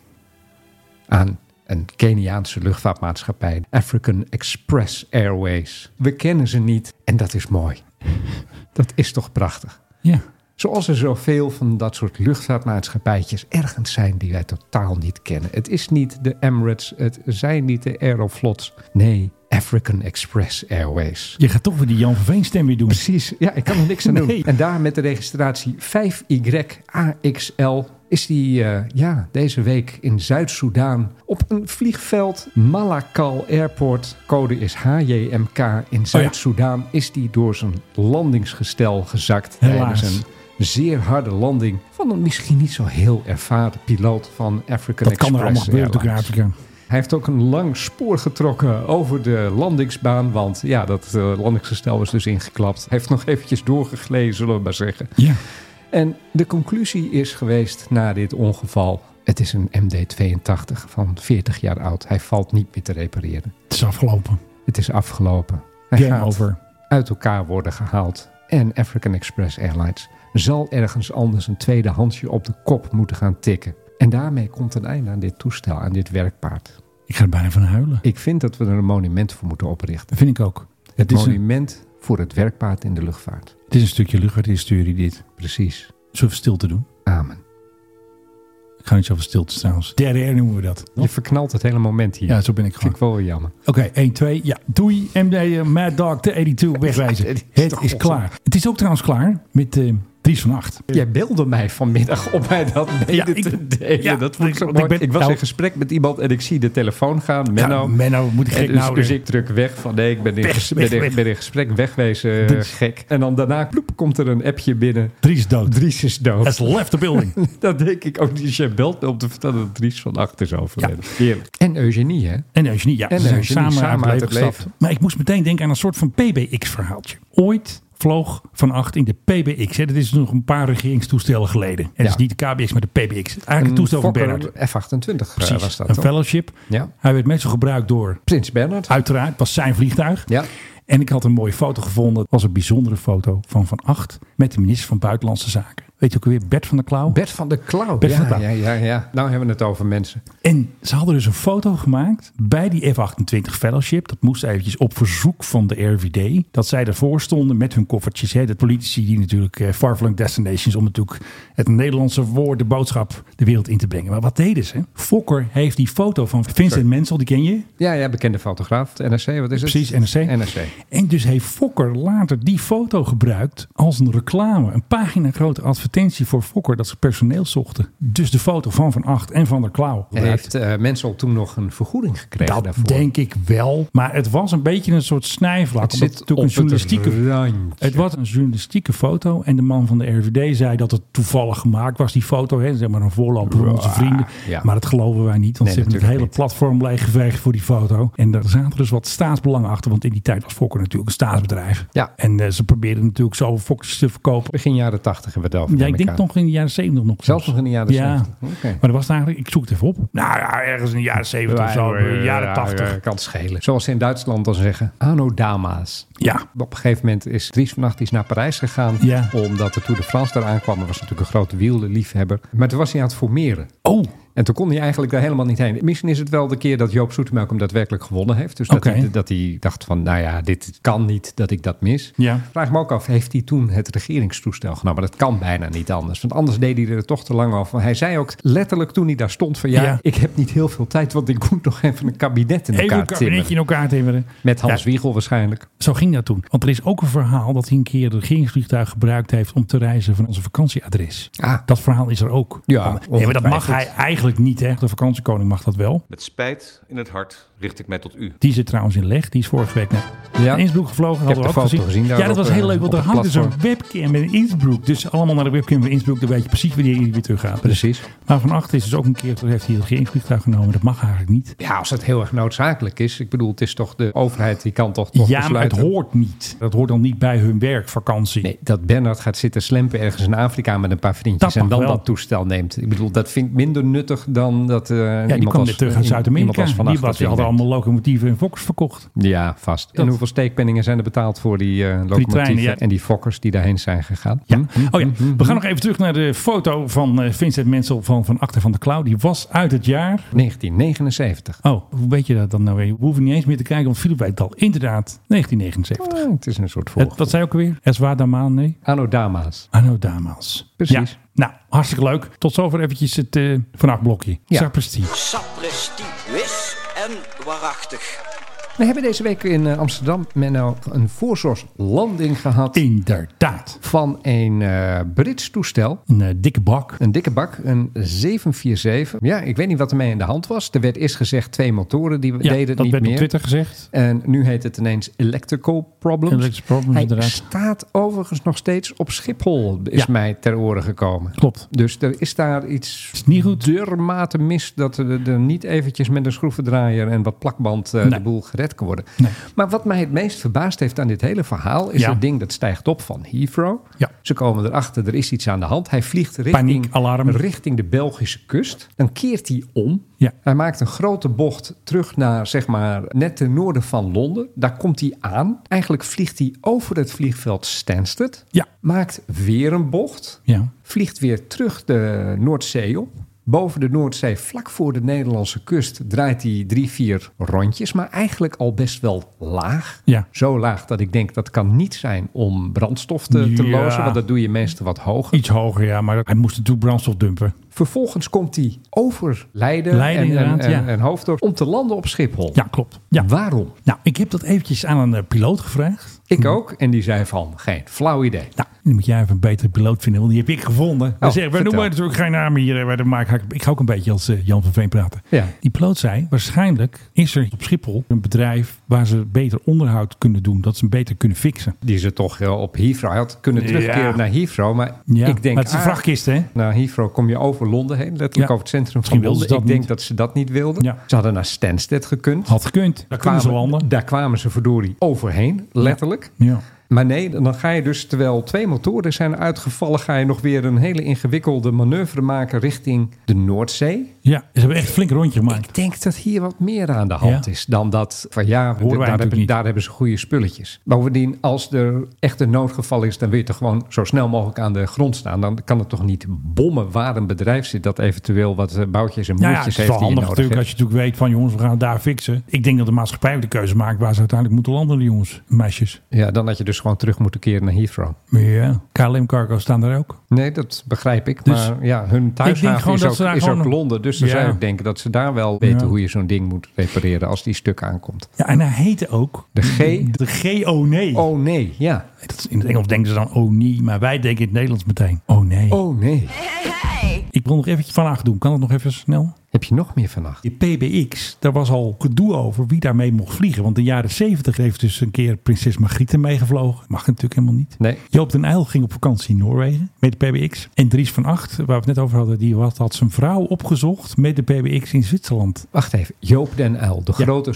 A: aan een Keniaanse luchtvaartmaatschappij, African Express Airways. We kennen ze niet en dat is mooi. Dat is toch prachtig.
B: Ja.
A: Zoals er zoveel van dat soort luchtvaartmaatschappijtjes ergens zijn die wij totaal niet kennen. Het is niet de Emirates, het zijn niet de Aeroflots. Nee, African Express Airways.
B: Je gaat toch weer die Jan van Veen stem weer doen.
A: Precies, ja, ik kan er niks aan doen.
B: Nee.
A: En daar met de registratie 5YAXL is die eh, ja, deze week in Zuid-Soedan op een vliegveld Malakal Airport, code is HJMK
B: Oh
A: in Zuid-Soedan, is die door zijn landingsgestel gezakt
B: Helaas.
A: tijdens een zeer harde landing van een misschien niet zo heel ervaren piloot van African
B: Dat
A: Express
B: kan er allemaal gebeuren
A: Airlines.
B: natuurlijk in Afrika.
A: Hij heeft ook een lang spoor getrokken over de landingsbaan. Want ja, dat eh, landingsgestel was dus ingeklapt. Hij heeft nog eventjes doorgeglezen, zullen we maar zeggen.
B: Ja.
A: En de conclusie is geweest na dit ongeval. Het is een MD-82 van 40 jaar oud. Hij valt niet meer te repareren.
B: Het is afgelopen.
A: Het is afgelopen. Hij
B: Game
A: gaat
B: over.
A: uit elkaar worden gehaald. En African Express Airlines zal ergens anders een tweede handje op de kop moeten gaan tikken. En daarmee komt een einde aan dit toestel, aan dit werkpaard.
B: Ik ga er bijna van huilen.
A: Ik vind dat we er een monument voor moeten oprichten.
B: Dat vind ik ook. Het
A: Het
B: is, een,
A: monument voor het werkpaard in de luchtvaart.
B: het is een stukje luchtvaarthistorie dit.
A: Precies.
B: Zullen we stil te doen?
A: Amen.
B: Ik ga niet zoveel stilte trouwens. Derde noemen we dat.
A: Je verknalt het hele moment hier.
B: Ja, zo ben ik
A: Vind
B: gewoon.
A: ik wel weer jammer.
B: Oké, 1, 2. Ja, doei. MD eh, Mad Dog, de 82, wegwijzen.
A: Ja, dit is
B: het
A: toch
B: is
A: onzin.
B: klaar. Het is ook trouwens klaar met eh Dries van Acht.
A: Jij belde mij vanmiddag om mij dat mede
B: Ja, ik-
A: te delen.
B: ja,
A: dat vond ik,
B: ik-
A: zo
B: want
A: mooi.
B: ik
A: Ik,
B: ben-
A: was
B: nou-
A: in gesprek met iemand en ik zie de telefoon gaan. Menno.
B: Ja, Menno, moet ik
A: En
B: gek
A: dus,
B: nou...
A: dus
B: eh,
A: ik druk weg van nee, ik ben in,
B: Weg,
A: ges-
B: weg,
A: ben in,
B: weg.
A: ben in gesprek wegwezen, eh,
B: Dus-
A: gek. En dan daarna ploep, komt er een appje binnen.
B: Dries dood.
A: Dries is dood.
B: Has left the building.
A: Dan denk ik ook, dus jij belt me om te vertellen dat Dries van achter is overleden. Heerlijk. En Eugenie, hè?
B: En Eugenie, ja.
A: En
B: ze zijn
A: Eugenie,
B: samen,
A: samen
B: uit het leven gestapt. Maar ik moest meteen denken aan een soort van PBX-verhaaltje. Ooit vloog Van Acht in de PBX. Hè. Dat is nog een paar regeringstoestellen geleden. Het
A: Ja.
B: is niet de KBX, maar de PBX. Eigenlijk een toestel van
A: Fokker
B: Bernhard.
A: F28 eh,
B: Precies,
A: was dat,
B: een
A: toch?
B: fellowship.
A: Ja.
B: Hij werd meestal gebruikt door,
A: Prins Bernhard.
B: uiteraard, het was zijn vliegtuig.
A: Ja.
B: En ik had een mooie foto gevonden. Het was een bijzondere foto van Van Acht met de minister van Buitenlandse Zaken. Weet je ook weer, Bert van der Klauw.
A: Bert van de Klauw.
B: Bert
A: ja,
B: van de Klauw.
A: Ja, ja, ja. Nou hebben we het over mensen.
B: En ze hadden dus een foto gemaakt bij die F-28 Fellowship. Dat moest eventjes op verzoek van de RVD. Dat zij ervoor stonden met hun koffertjes. Hè. De politici die natuurlijk eh, Farflung Destinations... om natuurlijk het Nederlandse woord, de boodschap, de wereld in te brengen. Maar wat deden ze? Fokker heeft die foto van Vincent Mensel, die ken je.
A: Ja, ja, bekende fotograaf. Het NRC, wat is het?
B: Precies, NRC.
A: NRC.
B: En dus heeft Fokker later die foto gebruikt als een reclame. Een pagina grote advertentie voor Fokker dat ze personeel zochten. Dus de foto van Van Acht en Van der Klauw.
A: En heeft eh Mensel toen nog een vergoeding gekregen
B: Dat
A: daarvoor?
B: denk ik wel. Maar het was een beetje een soort snijvlak.
A: Het
B: omdat
A: zit
B: het natuurlijk een
A: op het
B: journalistieke.
A: randje.
B: Het was een journalistieke foto. En de man van de RVD zei dat het toevallig gemaakt was, die foto. Hè, zeg maar een voorloper van onze vrienden.
A: Ah, ja.
B: Maar dat geloven wij niet. Want
A: Nee,
B: ze hebben het hele
A: natuurlijk
B: platform leeggeveegd voor die foto. En daar zaten dus wat staatsbelangen achter. Want in die tijd was Fokker natuurlijk een staatsbedrijf.
A: Ja.
B: En eh, ze probeerden natuurlijk zo fokjes te verkopen.
A: Begin jaren tachtig hebben we het over.
B: Ja,
A: neem
B: ik denk
A: aan.
B: nog in de jaren 70 nog.
A: Zelfs nog in de jaren
B: Ja.
A: 70. Oké.
B: Maar dat was het eigenlijk, ik zoek het even op. Nou ja, ergens in de jaren 70 of zo, eh, jaren 80.
A: kan het schelen. Zoals ze in Duitsland dan zeggen, anno dama's.
B: Ja,
A: Op een gegeven moment is Dries van Acht is naar Parijs gegaan.
B: Ja.
A: Omdat de Tour de France daar aankwam. Hij was natuurlijk een grote wielerliefhebber. Maar toen was hij aan het formeren.
B: Oh,
A: En toen kon hij eigenlijk daar helemaal niet heen. Misschien is het wel de keer dat Joop Zoetemelk hem daadwerkelijk gewonnen heeft. Dus dat,
B: Oké.
A: hij, dat hij dacht van, nou ja, dit kan niet dat ik dat mis.
B: Ja.
A: Vraag me ook af, heeft hij toen het regeringstoestel genomen? Dat kan bijna niet anders. Want anders deed hij er toch te lang over. Hij zei ook letterlijk toen hij daar stond van, ja,
B: Ja.
A: ik heb niet heel veel tijd. Want ik moet nog even een kabinet in
B: even
A: elkaar
B: een kabinetje in
A: timmeren.
B: elkaar timmeren.
A: Met Hans
B: Ja.
A: Wiegel waarschijnlijk.
B: Zo ging dat toen. Want er is ook een verhaal dat hij een keer het regeringsvliegtuig gebruikt heeft om te reizen van onze vakantieadres.
A: Ah.
B: Dat verhaal is er ook.
A: Ja,
B: nee, maar dat mag
A: ongetwijfeld.
B: hij eigenlijk niet. Hè. De vakantiekoning mag dat wel.
K: Met spijt in het hart richt ik mij tot u.
B: Die zit trouwens in Leg. Die is vorige week naar
A: Ja.
B: Innsbruck gevlogen. Hadden
A: de
B: we ook
A: foto
B: gezien.
A: gezien daar
B: ja, dat
A: op,
B: was
A: eh,
B: heel leuk. Want
A: op
B: er
A: het
B: hangt dus een
A: platform.
B: webcam in Innsbruck. Dus allemaal naar de webcam van Innsbruck. Dan weet je precies wanneer je weer terug gaat.
A: Precies.
B: Maar van acht is dus ook een keer. Toen heeft hij het regeringsvliegtuig genomen. Dat mag eigenlijk niet.
A: Ja, als het heel erg noodzakelijk is. Ik bedoel, het is toch de overheid die kan toch toch
B: ja, maar het
A: besluiten.
B: hoort niet. Dat hoort dan niet bij hun werk, vakantie.
A: Nee, dat Bernard gaat zitten slempen ergens in Afrika met een paar vriendjes
B: Dat
A: en
B: mag
A: dan
B: wel.
A: dat toestel neemt. Ik bedoel, dat vind ik minder nuttig dan dat eh
B: Ja, die
A: iemand
B: kwam
A: als,
B: net terug uit
A: eh, iemand
B: Zuid-Amerika.
A: als Van
B: Die
A: Acht dat
B: was, die
A: ding
B: hadden
A: neemt.
B: allemaal locomotieven en fokkers verkocht.
A: Ja, vast. En hoeveel steekpenningen zijn er betaald voor die eh locomotieven
B: treinen, ja.
A: en die fokkers die daarheen zijn gegaan?
B: Ja.
A: Hm?
B: Oh ja, we gaan nog even terug naar de foto van eh, Vincent Mensel van Van Achter van de Klauw. Die was uit het jaar...
A: 1979.
B: Oh, hoe weet je dat dan nou weer? We hoeven niet eens meer te kijken, want Philip weet het al. Inderdaad, 1979.
A: Ah, het is een soort
B: Het,
A: volg.
B: wat zei je ook weer? Es war damal, nee?
A: Anno Dama's.
B: Anno damals.
A: Precies.
B: Ja. Nou, hartstikke leuk. Tot zover eventjes het eh Van Acht blokje.
A: Ja.
B: Sapristi.
G: Sapristi, wis en waarachtig.
A: We hebben deze week in eh, Amsterdam Menno, een voorzorgslanding gehad.
B: Inderdaad.
A: Van een eh, Brits toestel.
B: Een eh, dikke bak.
A: Een dikke bak, een 747. Ja, ik weet niet wat ermee aan de hand was. Er werd eerst gezegd twee motoren, die
B: Ja,
A: deden het
B: dat
A: niet
B: werd
A: meer.
B: op Twitter gezegd.
A: En nu heet het ineens Electrical Problems.
B: Electrical Problems,
A: Hij
B: inderdaad.
A: staat overigens nog steeds op Schiphol, is
B: Ja.
A: mij ter oren gekomen.
B: Klopt.
A: Dus er is daar iets
B: Is niet goed.
A: dermate mis dat er, er niet eventjes met een schroevendraaier en wat plakband eh,
B: Nee.
A: de boel gered kan worden.
B: Nee.
A: Maar wat mij het meest verbaasd heeft aan dit hele verhaal is
B: Ja.
A: het ding dat stijgt op van Heathrow.
B: Ja.
A: Ze komen erachter, er is iets aan de hand. Hij vliegt richting,
B: Paniek, alarm.
A: richting de Belgische kust. Dan keert hij om.
B: Ja.
A: Hij maakt een grote bocht terug naar, zeg maar, net ten noorden van Londen. Daar komt hij aan. Eigenlijk vliegt hij over het vliegveld Stansted.
B: Ja.
A: Maakt weer een bocht
B: Ja.
A: vliegt weer terug de Noordzee op. Boven de Noordzee, vlak voor de Nederlandse kust, draait hij drie, vier rondjes. Maar eigenlijk al best wel laag.
B: Ja.
A: Zo laag dat ik denk dat kan niet zijn om brandstof te, te
B: Ja.
A: lozen. Want dat doe je meestal wat hoger.
B: Iets hoger, ja. Maar hij moest natuurlijk brandstof dumpen.
A: Vervolgens komt hij over Leiden,
B: Leiden,
A: en, en,
B: inderdaad,
A: en,
B: ja.
A: en Hoofddorp om te landen op Schiphol.
B: Ja, klopt. Ja.
A: Waarom?
B: Nou, ik heb dat eventjes aan een eh, piloot gevraagd.
A: Ik ook. En die zei van, geen flauw idee.
B: Nou, nu moet jij even een betere piloot vinden, want die heb ik gevonden. Hij zegt, wij
A: vertel.
B: noemen natuurlijk geen namen hier. eh, Bij de Mike Haak- ik ga ook een beetje als eh, Jan van Veen praten.
A: Ja.
B: Die piloot zei, waarschijnlijk is er op Schiphol een bedrijf waar ze beter onderhoud kunnen doen. Dat ze hem beter kunnen fixen.
A: Die ze toch eh, op Heathrow hij had kunnen
B: Ja.
A: terugkeren naar Heathrow. Maar
B: Ja,
A: ik denk,
B: maar het is een
A: ah,
B: vrachtkist, hè?
A: Naar Heathrow kom je over Londen heen, letterlijk
B: Ja.
A: over het centrum van
B: Misschien wilden
A: Londen.
B: ze
A: Ik
B: dat
A: denk
B: niet.
A: dat ze dat niet wilden.
B: Ja.
A: Ze hadden naar Stansted gekund.
B: Had gekund. Daar kunnen ze landen.
A: daar kwamen ze verdorie overheen, letterlijk.
B: Ja.
A: Maar nee, dan ga je dus, terwijl twee motoren zijn uitgevallen, ga je nog weer een hele ingewikkelde manoeuvre maken richting de Noordzee.
B: ja, ze hebben echt een flink rondje gemaakt.
A: Ik denk dat hier wat meer aan de hand
B: Ja.
A: is dan dat van ja,
B: wij
A: daar,
B: natuurlijk
A: hebben,
B: niet.
A: daar hebben ze goede spulletjes. Bovendien, als er echt een noodgeval is, dan wil je toch gewoon zo snel mogelijk aan de grond staan. Dan kan het toch niet bommen waar een bedrijf zit dat eventueel wat eh, boutjes en
B: Nou
A: moertjes
B: ja, het is
A: heeft
B: wel
A: die je nodig
B: handig natuurlijk als
A: hebt.
B: je natuurlijk weet van jongens, we gaan het daar fixen. Ik denk dat de maatschappij ook de keuze maakt waar ze uiteindelijk moeten landen, die jongens en meisjes.
A: Ja, dan had je dus gewoon terug moeten keren naar Heathrow.
B: Maar Ja, KLM Cargo staan daar ook.
A: Nee, dat begrijp ik.
B: Dus
A: maar ja, hun thuishaven
B: gewoon
A: is,
B: dat
A: ook,
B: ze daar
A: is
B: gewoon-
A: ook Londen. Dus dan
B: Ja.
A: zou ik denken dat ze daar wel weten
B: Ja.
A: hoe je zo'n ding moet repareren als die stuk aankomt.
B: Ja, en hij heette ook
A: De G.
B: de G.O. Nee.
A: Oh nee, ja.
B: Dat is- In het Engels denken ze dan oh nee, maar wij denken in het Nederlands meteen oh nee.
A: Oh nee.
B: Ik wil nog eventjes vandaag doen, kan dat nog even snel?
A: Heb je nog meer vannacht?
B: Die PBX, daar was al gedoe over wie daarmee mocht vliegen. Want in de jaren 70 heeft dus een keer prinses Margriete meegevlogen. Mag natuurlijk helemaal niet.
A: Nee.
B: Joop den Uyl ging op vakantie in Noorwegen met de PBX. En Dries van Acht, waar we het net over hadden, die had, had zijn vrouw opgezocht met de PBX in Zwitserland.
A: Wacht even, Joop den Uyl, de
B: Ja.
A: grote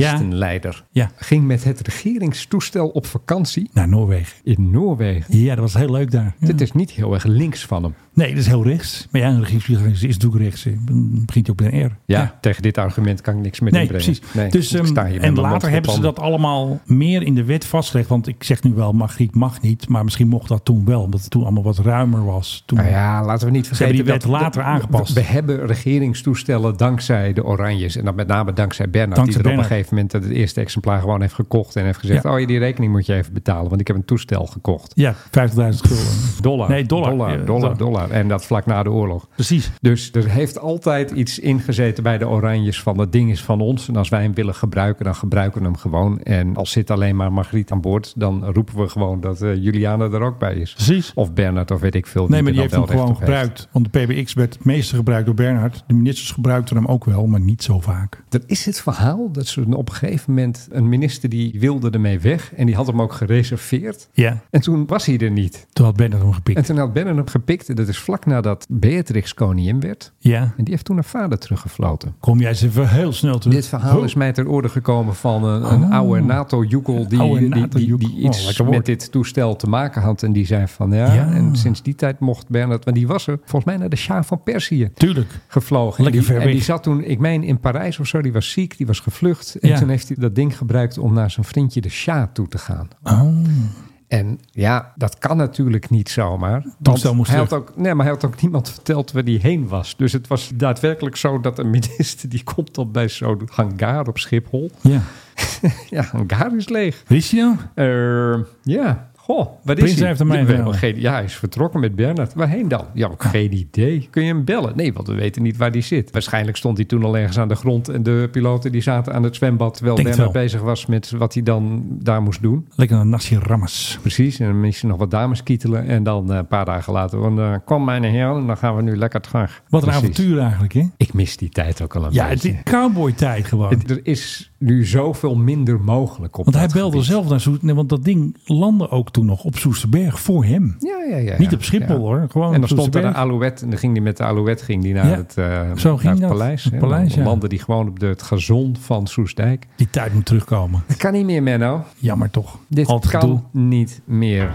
A: socialistenleider,
B: Ja.
A: ging met het regeringstoestel op vakantie
B: Naar Noorwegen.
A: in Noorwegen.
B: Ja, dat was heel leuk daar. Ja.
A: Dit is niet heel erg links van hem.
B: Nee, dat is heel rechts. Maar ja, een regeringsvlieger is natuurlijk rechts. hè. Dan begint je op een R.
A: Ja, tegen dit argument kan ik niks meer
B: Nee,
A: inbrengen.
B: precies. dus,
A: ik
B: ehm,
A: sta hier met
B: en
A: mijn mond
B: later
A: vol
B: hebben ze
A: tanden.
B: dat allemaal meer in de wet vastgelegd. Want ik zeg nu wel, Margriet mag niet. Maar misschien mocht dat toen wel. Omdat het toen allemaal wat ruimer was. Toen,
A: Nou ja, laten we niet vergeten.
B: hebben die wet
A: dat-
B: later
A: dat-
B: aangepast.
A: We hebben regeringstoestellen dankzij de Oranjes. En dan met name dankzij Bernard.
B: Dankzij
A: die er op
B: Bernard.
A: een gegeven moment het eerste exemplaar gewoon heeft gekocht. En heeft gezegd:
B: Ja.
A: Oh, die rekening moet je even betalen. Want ik heb een toestel gekocht.
B: Ja, 50.000 gulden.
A: Dollar.
B: Nee, dollar.
A: Dollar,
B: Ja,
A: dollar,
B: dollar.
A: dollar. En dat vlak na de oorlog.
B: Precies.
A: Dus er heeft altijd iets ingezeten bij de Oranjes van dat ding is van ons. En als wij hem willen gebruiken, dan gebruiken we hem gewoon. En als zit alleen maar Margriet aan boord, dan roepen we gewoon dat eh, Juliana er ook bij is.
B: Precies.
A: Of Bernard, of weet ik veel.
B: Nee,
A: wie
B: maar
A: er
B: die heeft
A: Oh, dan
B: hem
A: wel
B: gewoon
A: recht op heeft.
B: gebruikt. Want de PBX werd het meeste gebruikt door Bernhard. De ministers gebruikten hem ook wel, maar niet zo vaak.
A: Er is het verhaal dat ze op een gegeven moment een minister die wilde ermee weg. En die had hem ook gereserveerd.
B: Ja.
A: En toen was hij er niet.
B: Toen had Bernhard hem gepikt.
A: En toen had Bernard hem gepikt. En dat is vlak nadat Beatrix koningin werd.
B: Ja.
A: En die heeft toen haar vader teruggefloten.
B: Kom jij eens even heel snel terug.
A: Dit verhaal
B: Oh.
A: is mij ter orde gekomen van een, een oude NATO-joekel die,
B: Ah. Oude
A: die- die,
B: NATO-joekel.
A: die
B: Oh,
A: iets
B: lekker woord.
A: met dit toestel te maken had. En die zei van ja,
B: Ja.
A: en sinds die tijd mocht Bernard, want die was er volgens mij naar de Sjaar van Perzië
B: Tuurlijk.
A: gevlogen. En
B: Lekker
A: die,
B: ver
A: en die
B: weg.
A: zat toen, ik meen in Parijs of zo, die was ziek, die was gevlucht. En
B: Ja.
A: toen heeft hij dat ding gebruikt om naar zijn vriendje de Sjaar toe te gaan.
B: Oh.
A: En ja, dat kan natuurlijk niet zomaar.
B: Toestel moest
A: hij had
B: terug.
A: ook, nee, maar hij had ook niemand verteld waar die heen was. Dus het was daadwerkelijk zo dat een minister die komt dan bij zo'n hangar op Schiphol.
B: Ja.
A: Ja, hangar is leeg.
B: Wist je nou?
A: Eh, ja, Goh, wat
B: Prins
A: is hij?
B: heeft hem
A: Ja, we
B: meegenomen.
A: hebben geen, ja, hij is vertrokken met Bernard. Waarheen dan? Ja, ook geen idee. Kun je hem bellen? Nee, want we weten niet waar hij zit. Waarschijnlijk stond hij toen al ergens aan de grond. En de piloten die zaten aan het zwembad. Terwijl
B: Denk het
A: Bernard
B: wel.
A: bezig was met wat hij dan daar moest doen.
B: Lekker een nasje rammes.
A: Precies, en dan misschien nog wat dames kietelen. En dan eh, een paar dagen later, want, eh kom mijn heren, en dan gaan we nu lekker terug.
B: Wat een
A: Precies.
B: avontuur eigenlijk, hè?
A: Ik mis die tijd ook al een
B: Ja, het
A: beetje.
B: is cowboy-tijd gewoon.
A: Het- er is nu zoveel minder mogelijk op
B: want hij
A: dat
B: belde
A: gebied.
B: zelf naar Soest. Nee, want dat ding landde ook toen nog op Soesterberg voor hem.
A: Ja, ja, ja.
B: Niet
A: ja,
B: op Schiphol,
A: ja.
B: hoor. Gewoon op
A: En dan stond er een
B: Soesterberg.
A: alouette en dan ging die met de alouette ging die naar,
B: Ja,
A: het, eh,
B: zo ging
A: naar
B: dat.
A: het paleis.
B: Het
A: hè.
B: paleis,
A: Dan
B: ja.
A: landde die gewoon op de, het gazon van Soestdijk.
B: Die tijd moet terugkomen.
A: Dat kan niet meer, Menno.
B: Jammer toch.
A: Dit
B: Al het
A: kan
B: gedoe.
A: niet meer.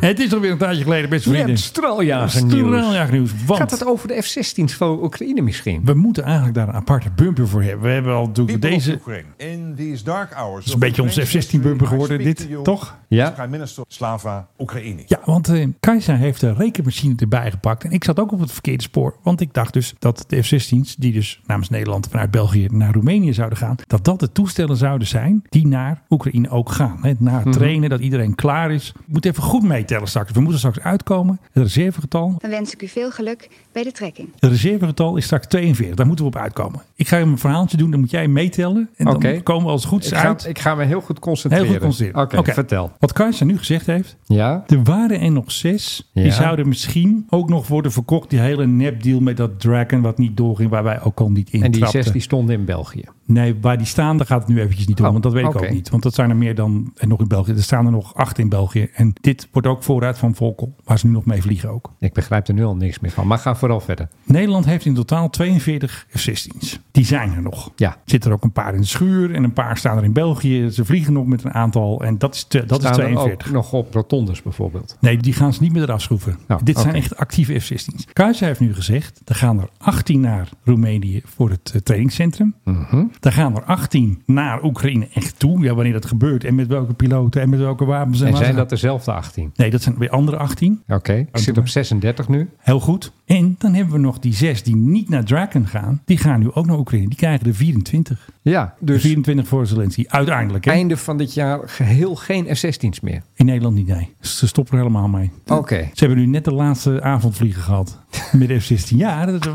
B: Het is alweer een tijdje geleden, beste
A: Je
B: vrienden.
A: hebt straaljager nieuws.
B: Straaljager nieuws.
A: Gaat
B: Want
A: het over de F-16's van Oekraïne misschien?
B: we moeten eigenlijk daar een aparte bumper voor hebben. We hebben al natuurlijk deze... Het
I: In these dark hours.
B: is een beetje ons F-16 bumper geworden, dit, toch?
A: Ja,
I: minister Slava Oekraïne.
B: Ja, want eh Kajsa heeft de rekenmachine erbij gepakt. En ik zat ook op het verkeerde spoor. Want ik dacht dus dat de F-16's, die dus namens Nederland vanuit België naar Roemenië zouden gaan, dat dat de toestellen zouden zijn die naar Oekraïne ook gaan. Hè, naar
A: Mhm.
B: het trainen, dat iedereen klaar is. Je moet even goed meetellen straks. We moeten straks uitkomen. Het reservegetal.
E: Dan wens ik u veel geluk bij de trekking.
B: Het reservegetal is straks 42. Daar moeten we op uitkomen. Ik ga een verhaaltje doen, dan moet jij meetellen. En
A: Oké.
B: dan komen we als het goed is
A: ik ga,
B: uit.
A: ik ga me heel goed
B: Heel
A: concentreren.
B: goed concentreren.
A: Oké,
B: Oké.
A: vertel.
B: Wat Kajsa nu gezegd heeft,
A: Ja?
B: Er waren er nog zes. Die
A: Ja.
B: zouden misschien ook nog worden verkocht. Die hele nepdeal met dat Dragon wat niet doorging. Waar wij ook al niet in
A: En die
B: trapten.
A: zes die stonden in België.
B: Nee, waar die staan, daar gaat het nu eventjes niet om.
A: Oh,
B: want dat weet ik
A: oké.
B: ook niet. Want dat zijn er meer dan en nog in België. Er staan er nog acht in België. En dit wordt ook voorraad van Volkel. Waar ze nu nog mee vliegen ook.
A: Ik begrijp er nu al niks meer van. Maar ga vooral verder.
B: Nederland heeft in totaal 42 F-16's. Die zijn er nog.
A: Ja.
B: Zit er ook een paar in de schuur. En een paar staan er in België. Ze vliegen nog met een aantal. En dat is, te- dat is
A: Staan er
B: 42.
A: ook nog op rotondes bijvoorbeeld.
B: Nee, die gaan ze niet meer eraf schroeven.
A: Nou,
B: Dit zijn
A: oké.
B: echt actieve F-16's. Kaiser heeft nu gezegd, er gaan er 18 naar Roemenië voor het eh, trainingscentrum.
A: Mhm.
B: Daar gaan er 18 naar Oekraïne echt toe. Ja, wanneer dat gebeurt en met welke piloten en met welke wapens. En,
A: En
B: waar Oh,
A: zijn
B: ze-
A: dat dezelfde 18?
B: Nee, dat zijn weer andere 18.
A: Oké, ik zit op 36 nu.
B: Heel goed. En dan hebben we nog die 6 die niet naar Draken gaan. Die gaan nu ook naar Oekraïne. Die krijgen er 24.
A: Ja,
B: Dus
A: dus
B: 24 voor Zelensky. Uiteindelijk. Hè?
A: einde van dit jaar geheel geen F-16's meer.
B: In Nederland niet, nee. Ze stoppen er helemaal mee.
A: Oké.
B: Ze hebben nu net de laatste avondvliegen gehad. Met de F-16. Ja, dat is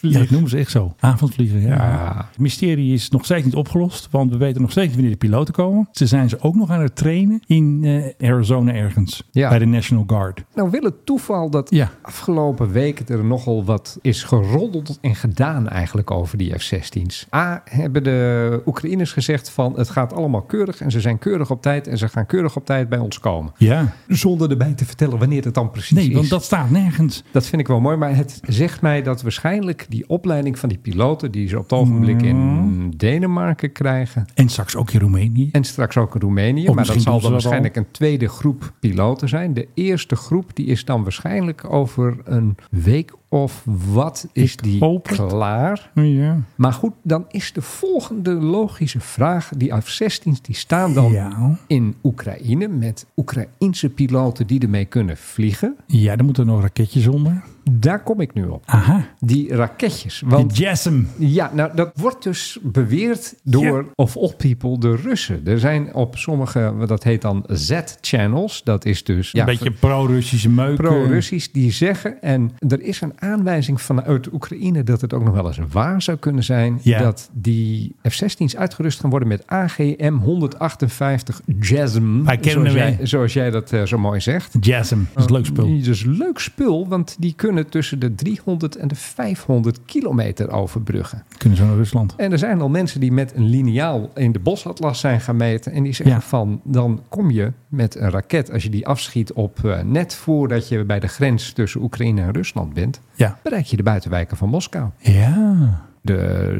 B: Ja, dat noemen ze echt zo. Avondvliegen, ja.
A: Ja.
B: Het mysterie is nog steeds niet opgelost, want we weten nog steeds niet wanneer de piloten komen. Ze zijn ze ook nog aan het trainen in eh, Arizona ergens,
A: Ja.
B: bij de National Guard.
A: Nou wil het toeval dat
B: Ja.
A: afgelopen weken er nogal wat is geroddeld en gedaan eigenlijk over die F-16's. A, hebben de Oekraïners gezegd van het gaat allemaal keurig en ze zijn keurig op tijd en ze gaan keurig op tijd bij ons komen.
B: Ja.
A: Zonder erbij te vertellen wanneer het dan precies
B: Nee,
A: is.
B: want dat staat nergens.
A: Dat vind ik wel mooi, maar het zegt mij dat waarschijnlijk die opleiding van die piloten die ze op het ogenblik in Denemarken krijgen
B: En straks ook in Roemenië.
A: en straks ook in Roemenië,
B: Of
A: maar dat
B: misschien
A: zal dan
B: doen ze dat al.
A: waarschijnlijk een tweede groep piloten zijn. De eerste groep die is dan waarschijnlijk over een week of wat is
B: Ik
A: die
B: hoop het.
A: klaar.
B: Oh, Ja.
A: Maar goed, dan is de volgende logische vraag die F-16's die staan dan
B: Ja.
A: in Oekraïne met Oekraïense piloten die ermee kunnen vliegen.
B: ja, dan moeten er nog raketjes onder.
A: Daar kom ik nu op.
B: Aha,
A: Die raketjes.
B: de
A: Want
B: JASM.
A: ja, nou dat wordt dus beweerd door of all people de Russen. Er zijn op sommige, dat heet dan Z-channels, dat is dus ja,
B: een beetje pro-Russische meuk. eh.
A: pro-Russisch, die zeggen, en er is een aanwijzing vanuit Oekraïne dat het ook nog wel eens waar zou kunnen zijn,
B: Ja.
A: dat die F-16's uitgerust gaan worden met AGM 158 JASM,
B: Wij kennen
A: zoals,
B: hem,
A: jij,
B: hè?
A: zoals jij dat eh, zo mooi zegt.
B: JASM, dat is een leuk spul.
A: Dat is dus leuk spul, want die kunnen tussen de 300 en de 500 kilometer overbruggen.
B: Kunnen zo naar Rusland.
A: En er zijn al mensen die met een liniaal in de bosatlas zijn gaan meten. En die zeggen
B: Ja.
A: van, dan kom je met een raket, als je die afschiet op eh, net voordat je bij de grens tussen Oekraïne en Rusland bent,
B: Ja.
A: bereik je de buitenwijken van Moskou.
B: Ja.
A: De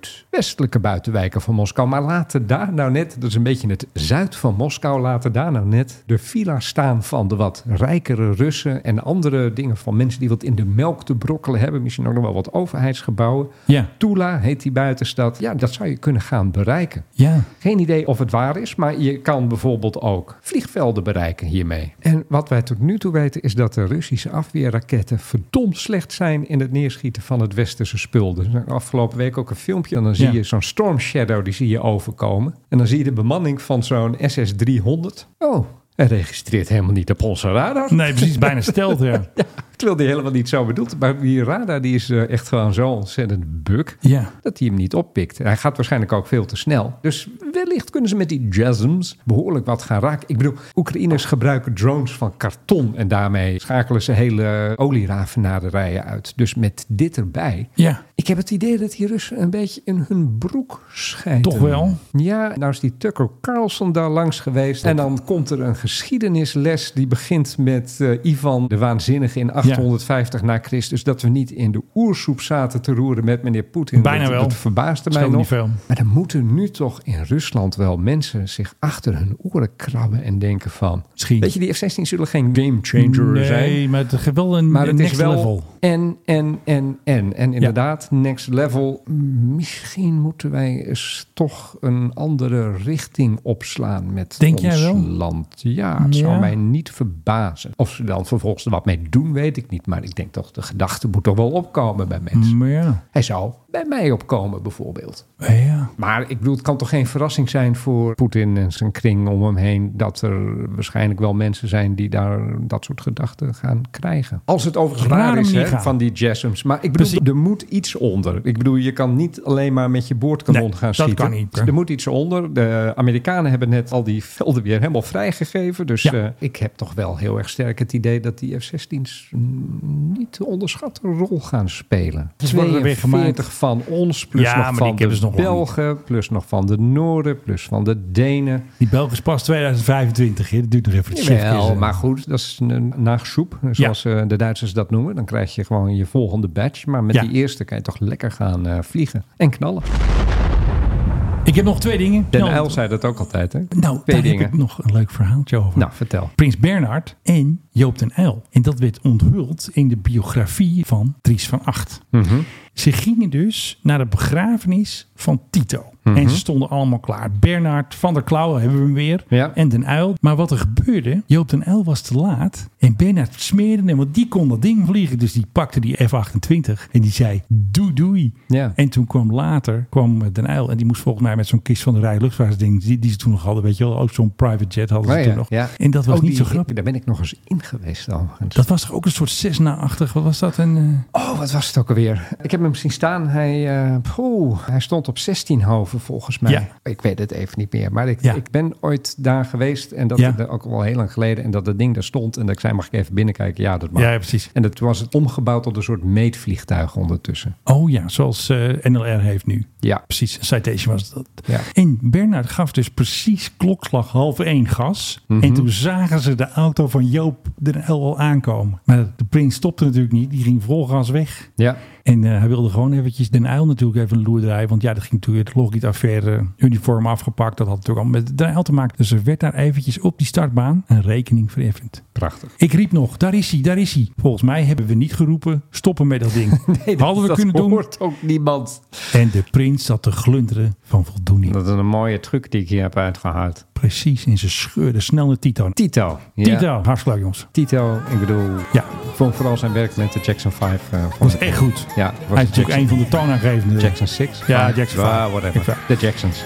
A: zuidwestelijke buitenwijken van Moskou. Maar laten daar nou net, dat is een beetje het zuid van Moskou, laten daar nou net de villa's staan van de wat rijkere Russen en andere dingen van mensen die wat in de melk te brokkelen hebben. Misschien ook nog wel wat overheidsgebouwen.
B: Ja.
A: Tula heet die buitenstad. Ja, dat zou je kunnen gaan bereiken.
B: Ja.
A: Geen idee of het waar is, maar je kan bijvoorbeeld ook vliegvelden bereiken hiermee. En wat wij tot nu toe weten is dat de Russische afweerraketten verdomd slecht zijn in het neerschieten van het westerse spul. Er is afgelopen week ook een filmpje en dan zie
B: Ja.
A: je zo'n Storm Shadow, die zie je overkomen. En dan zie je de bemanning van zo'n SS-300. Oh, Hij registreert helemaal niet op onze radar.
B: Nee, precies, bijna stelt, ja.
A: ja. Ik wil die helemaal niet zo bedoeld. Maar die radar die is eh, echt gewoon zo ontzettend buk.
B: Ja.
A: Dat hij hem niet oppikt. En Hij gaat waarschijnlijk ook veel te snel. Dus wellicht kunnen ze met die jasms behoorlijk wat gaan raken. Ik bedoel, Oekraïners gebruiken drones van karton. En daarmee schakelen ze hele olieraffinaderijen uit. Dus met dit erbij.
B: Ja.
A: Ik heb het idee dat die Russen een beetje in hun broek schijnen.
B: Toch wel?
A: Ja, nou is die Tucker Carlson daar langs geweest. En dan komt er een geschiedenisles die begint met eh, Ivan de Waanzinnige in 850 na Christus. Dat we niet in de oersoep zaten te roeren met meneer Poetin.
B: Bijna
A: dat,
B: wel.
A: Dat verbaasde mij
B: Scheelde
A: nog.
B: niet veel.
A: Maar dan moeten nu toch in Rusland wel mensen zich achter hun oren krabben en denken van...
B: Misschien.
A: Weet je, die F-16 zullen geen gamechanger zijn.
B: Nee, maar het is wel een,
A: Maar
B: een
A: het
B: next
A: is wel
B: level.
A: en, en, en, en. En inderdaad, next level. Misschien moeten wij eens toch een andere richting opslaan met
B: Denk
A: ons
B: jij wel?
A: land. Ja, het
B: Ja.
A: zou mij niet verbazen. Of ze dan vervolgens er wat mee doen, weet ik niet. Maar ik denk toch, de gedachte moet toch wel opkomen bij mensen.
B: Maar ja.
A: Hij zou bij mij opkomen bijvoorbeeld.
B: ja.
A: Maar ik bedoel, het kan toch geen verrassing zijn voor Poetin en zijn kring om hem heen dat er waarschijnlijk wel mensen zijn die daar dat soort gedachten gaan krijgen. Als het overigens
B: Rare
A: waar is
B: manier
A: hè,
B: gaan.
A: van die jessums. Maar ik bedoel,
B: Precies.
A: er moet iets onder. Ik bedoel, je kan niet alleen maar met je boordkanon
B: Nee,
A: gaan
B: dat
A: schieten.
B: kan niet, hè.
A: Er moet iets onder. De Amerikanen hebben net al die velden weer helemaal vrijgegeven. Dus
B: Ja.
A: eh, ik heb toch wel heel erg sterk het idee dat die F-16's mm, niet te onderschatte rol gaan spelen.
B: Ze worden er weer gemaakt.
A: 42 van ons, plus
B: Ja, maar
A: nog
B: die
A: van de
B: kennen ze nog lang niet.
A: Belgen, plus nog van de Noorden, plus van de Denen.
B: Die Belg is pas 2025. hè. Dat eh. duurt nog even het shiftje,
A: Jawel,
B: zeg.
A: eh, maar goed, dat is een nachtsoep, zoals eh, de Duitsers dat noemen. Dan krijg je gewoon je volgende badge. Maar met
B: Ja.
A: die eerste kan je toch lekker gaan eh, vliegen en knallen.
B: Ik heb nog twee dingen.
A: Den
B: Nou,
A: Uil zei dat ook altijd, hè?
B: Nou,
A: Twee
B: daar heb
A: dingen.
B: ik nog een leuk verhaaltje over.
A: Nou, vertel.
B: Prins Bernhard en Joop den Uyl. En dat werd onthuld in de biografie van Dries van Acht.
A: Mhm.
B: Ze gingen dus naar de begrafenis van Tito.
A: Mhm.
B: En ze stonden allemaal klaar. Bernhard, Van der Klauwen hebben we hem weer.
A: Ja.
B: En Den Uyl. Maar wat er gebeurde, Joop den Uyl was te laat. En Bernhard smeerde hem, want die kon dat ding vliegen. Dus die pakte die F-28 en die zei doei doei.
A: Ja.
B: En toen kwam later kwam eh, Den Uyl. En die moest volgens mij met zo'n kist van de rij luchtvaartding die, die ze toen nog hadden. Weet je wel, ook zo'n private jet hadden ze
A: Oh,
B: toen
A: ja,
B: nog.
A: ja.
B: En dat was
A: Oh,
B: niet
A: die-
B: zo grappig.
A: Daar ben ik nog eens in geweest overigens.
B: Dat was toch ook een soort Cessna-achtig, wat was dat? Een, eh,
A: Oh, wat was het ook alweer? Ik heb hem zien staan. Hij, eh poeh, hij stond op 16 hoven volgens mij.
B: Ja.
A: Ik weet het even niet meer. Maar ik,
B: Ja.
A: ik ben ooit daar geweest. En dat
B: Ja.
A: dat ook al heel lang geleden. En dat dat ding daar stond. En dat ik zei, mag ik even binnenkijken? Ja, dat mag.
B: Ja, ja, precies.
A: En dat was het omgebouwd tot een soort meetvliegtuig ondertussen.
B: Oh ja, zoals eh, NLR heeft nu.
A: Ja.
B: Precies, een Citation was dat.
A: Ja.
B: En Bernard gaf dus precies klokslag half één gas.
A: Mhm.
B: En toen zagen ze de auto van Joop de L al aankomen. Maar de prins stopte natuurlijk niet, die ging vol gas weg.
A: Ja.
B: En eh, hij wilde gewoon eventjes Den Uyl natuurlijk even een loerderij. Want ja, dat ging natuurlijk het Lockheed-affaire eh, uniform afgepakt. Dat had natuurlijk al met Den Uyl te maken. Dus er werd daar eventjes op die startbaan een rekening vereffend.
A: Prachtig.
B: Ik riep nog, daar is hij, daar is hij. Volgens mij hebben we niet geroepen, stoppen met dat ding.
A: Nee,
B: Hadden we
A: dat
B: kunnen doen.
A: hoort ook niemand.
B: En de prins zat te glunderen van voldoening.
A: Dat is een mooie truc die ik hier heb uitgehaald.
B: Precies, en ze scheurde snel naar Tito.
A: Tito. Ja.
B: Tito, hartstikke leuk jongens.
A: Tito, ik bedoel,
B: Ja,
A: ik vond vooral zijn werk met de Jackson 5. eh, vond
B: was
A: ik-
B: echt goed.
A: Ja,
B: Hij is natuurlijk een van de toonaangevende.
A: Jackson 6?
B: Ja, Jackson
A: Ah,
B: five. Ik
A: whatever.
B: wel.
A: De Jacksons.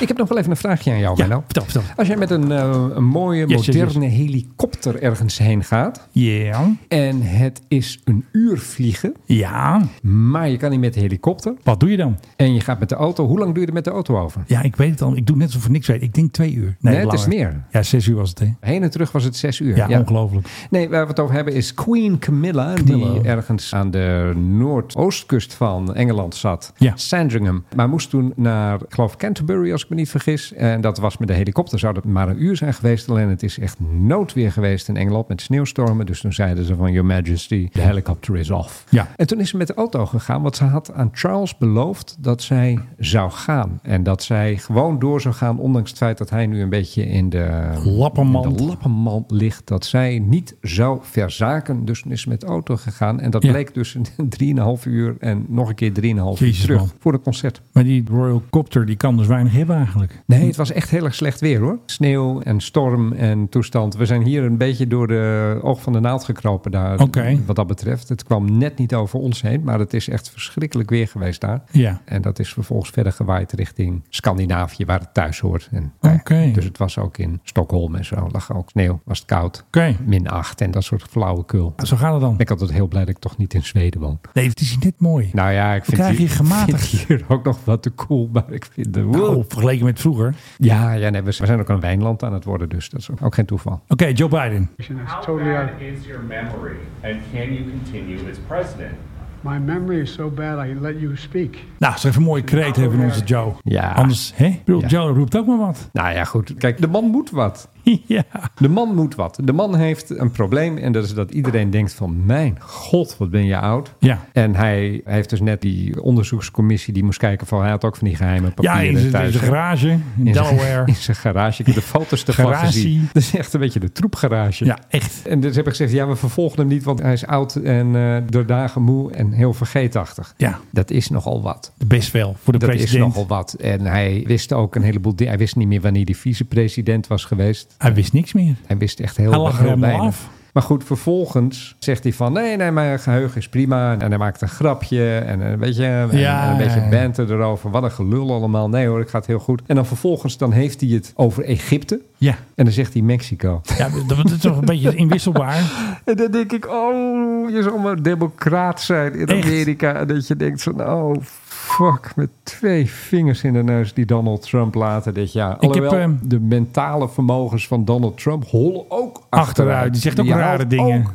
A: Ik heb nog wel even een vraagje aan jou,
B: Ja,
A: Menno.
B: vertel, vertel.
A: Als jij met een, eh, een mooie,
B: Yes, yes, yes.
A: moderne helikopter ergens heen gaat...
B: Ja,
A: en het is een uur vliegen,
B: ja.
A: maar je kan niet met de helikopter...
B: Wat doe je dan?
A: en je gaat met de auto, hoe lang duurt het met de auto over?
B: Ja, ik weet het al. Ik doe net alsof ik niks weet. Ik denk twee uur.
A: Nee, het is
B: langer.
A: meer.
B: Ja, zes uur was het, hè?
A: Heen en terug was het zes uur.
B: Ja, ongelooflijk.
A: Nee, waar we het over hebben is Queen Camilla,
B: Camilla.
A: die ergens aan de noordoostkust van Engeland zat.
B: Ja.
A: Sandringham. Maar moest toen naar, ik geloof Canterbury, als ik me niet vergis. En dat was met de helikopter, zou dat maar een uur zijn geweest. Alleen het is echt noodweer geweest in Engeland met sneeuwstormen. Dus toen zeiden ze van, Your Majesty, the helicopter is off.
B: Ja.
A: En toen is ze met de auto gegaan, want ze had aan Charles beloofd dat zij zou gaan. En dat zij gewoon door zou gaan, ondanks het feit dat hij nu een beetje in de
B: Lappermand.
A: in de lappenmand ligt dat zij niet zou verzaken. Dus toen is ze met de auto gegaan. En dat
B: Ja.
A: bleek dus een 3,5 uur en nog een keer 3,5 uur
B: Jezus,
A: terug
B: man.
A: voor het concert.
B: Maar die Royal Copter, die kan dus weinig hebben eigenlijk?
A: Nee, het was echt heel erg slecht weer hoor. Sneeuw en storm en toestand. We zijn hier een beetje door de oog van de naald gekropen daar.
B: Oké.
A: Wat dat betreft. Het kwam net niet over ons heen, maar het is echt verschrikkelijk weer geweest daar.
B: Ja.
A: En dat is vervolgens verder gewaaid richting Scandinavië, waar het thuis hoort. En, nou ja,
B: Oké.
A: Dus het was ook in Stockholm en zo. Lag ook sneeuw, was het koud.
B: Oké.
A: Min 8 en dat soort flauwekul.
B: Zo gaat het dan.
A: Ik ben altijd heel blij dat ik toch niet in Zweden woon.
B: Nee, het is net mooi.
A: Nou ja, ik
B: We
A: vind,
B: krijgen hier gematigd.
A: vind hier ook nog wat te cool, maar ik vind de...
B: Nou, vergeleken met vroeger.
A: Ja, ja nee, we we zijn ook een wijnland aan het worden, dus dat is ook, ook geen toeval.
B: Oké, Joe Biden.
J: How bad is your memory and can you continue as president?
L: My memory is so bad I let you speak.
B: Nou, ze heeft een mooie kreet hebben we onze Joe.
A: Ja.
B: Anders, hè? Ik bedoel,
A: Ja.
B: Joe roept ook maar wat.
A: Nou ja, goed. Kijk, de man moet wat.
B: ja.
A: De man moet wat. De man heeft een probleem en dat is dat iedereen denkt van... mijn god, wat ben je oud.
B: Ja.
A: En hij heeft dus net die onderzoekscommissie die moest kijken van... hij had ook van die geheime
B: Ja,
A: papieren
B: in zijn- in
A: thuis.
B: zijn
A: hè.
B: garage in
A: In zijn-
B: Delaware.
A: In zijn garage. Ik heb de foto's ervan
B: Garage.
A: gezien. Dat is echt een beetje de troepgarage.
B: Ja, echt.
A: En dus heb ik gezegd, ja, we vervolgen hem niet, want hij is oud en eh, door dagen moe en heel vergeetachtig.
B: Ja,
A: Dat is nogal wat.
B: best wel. Voor de
A: Dat is
B: president.
A: nogal wat. En hij wist ook een heleboel dingen. Hij wist niet meer wanneer hij vicepresident was geweest.
B: Hij wist niks meer.
A: Hij wist echt heel,
B: Hij lag er
A: heel
B: helemaal
A: weinig.
B: af.
A: Maar goed, vervolgens zegt hij van... nee, nee, mijn geheugen is prima. En hij maakt een grapje en een beetje, en-
B: Ja,
A: en een beetje
B: ja, ja.
A: banter erover. Wat een gelul allemaal. Nee hoor, het gaat heel goed. En dan vervolgens dan heeft hij het over Egypte.
B: Ja.
A: En dan zegt hij Mexico.
B: ja, dat dat is toch een beetje inwisselbaar.
A: En dan denk ik, oh, je zal maar democraat zijn in
B: Echt?
A: Amerika. En dat je denkt van, oh, fuck, met twee vingers in de neus die Donald Trump later dit jaar.
B: heb,
A: Alhoewel,
B: ehm,
A: de mentale vermogens van Donald Trump hollen ook achteruit.
B: Achteruit, die zegt ook rare
A: haalt
B: dingen.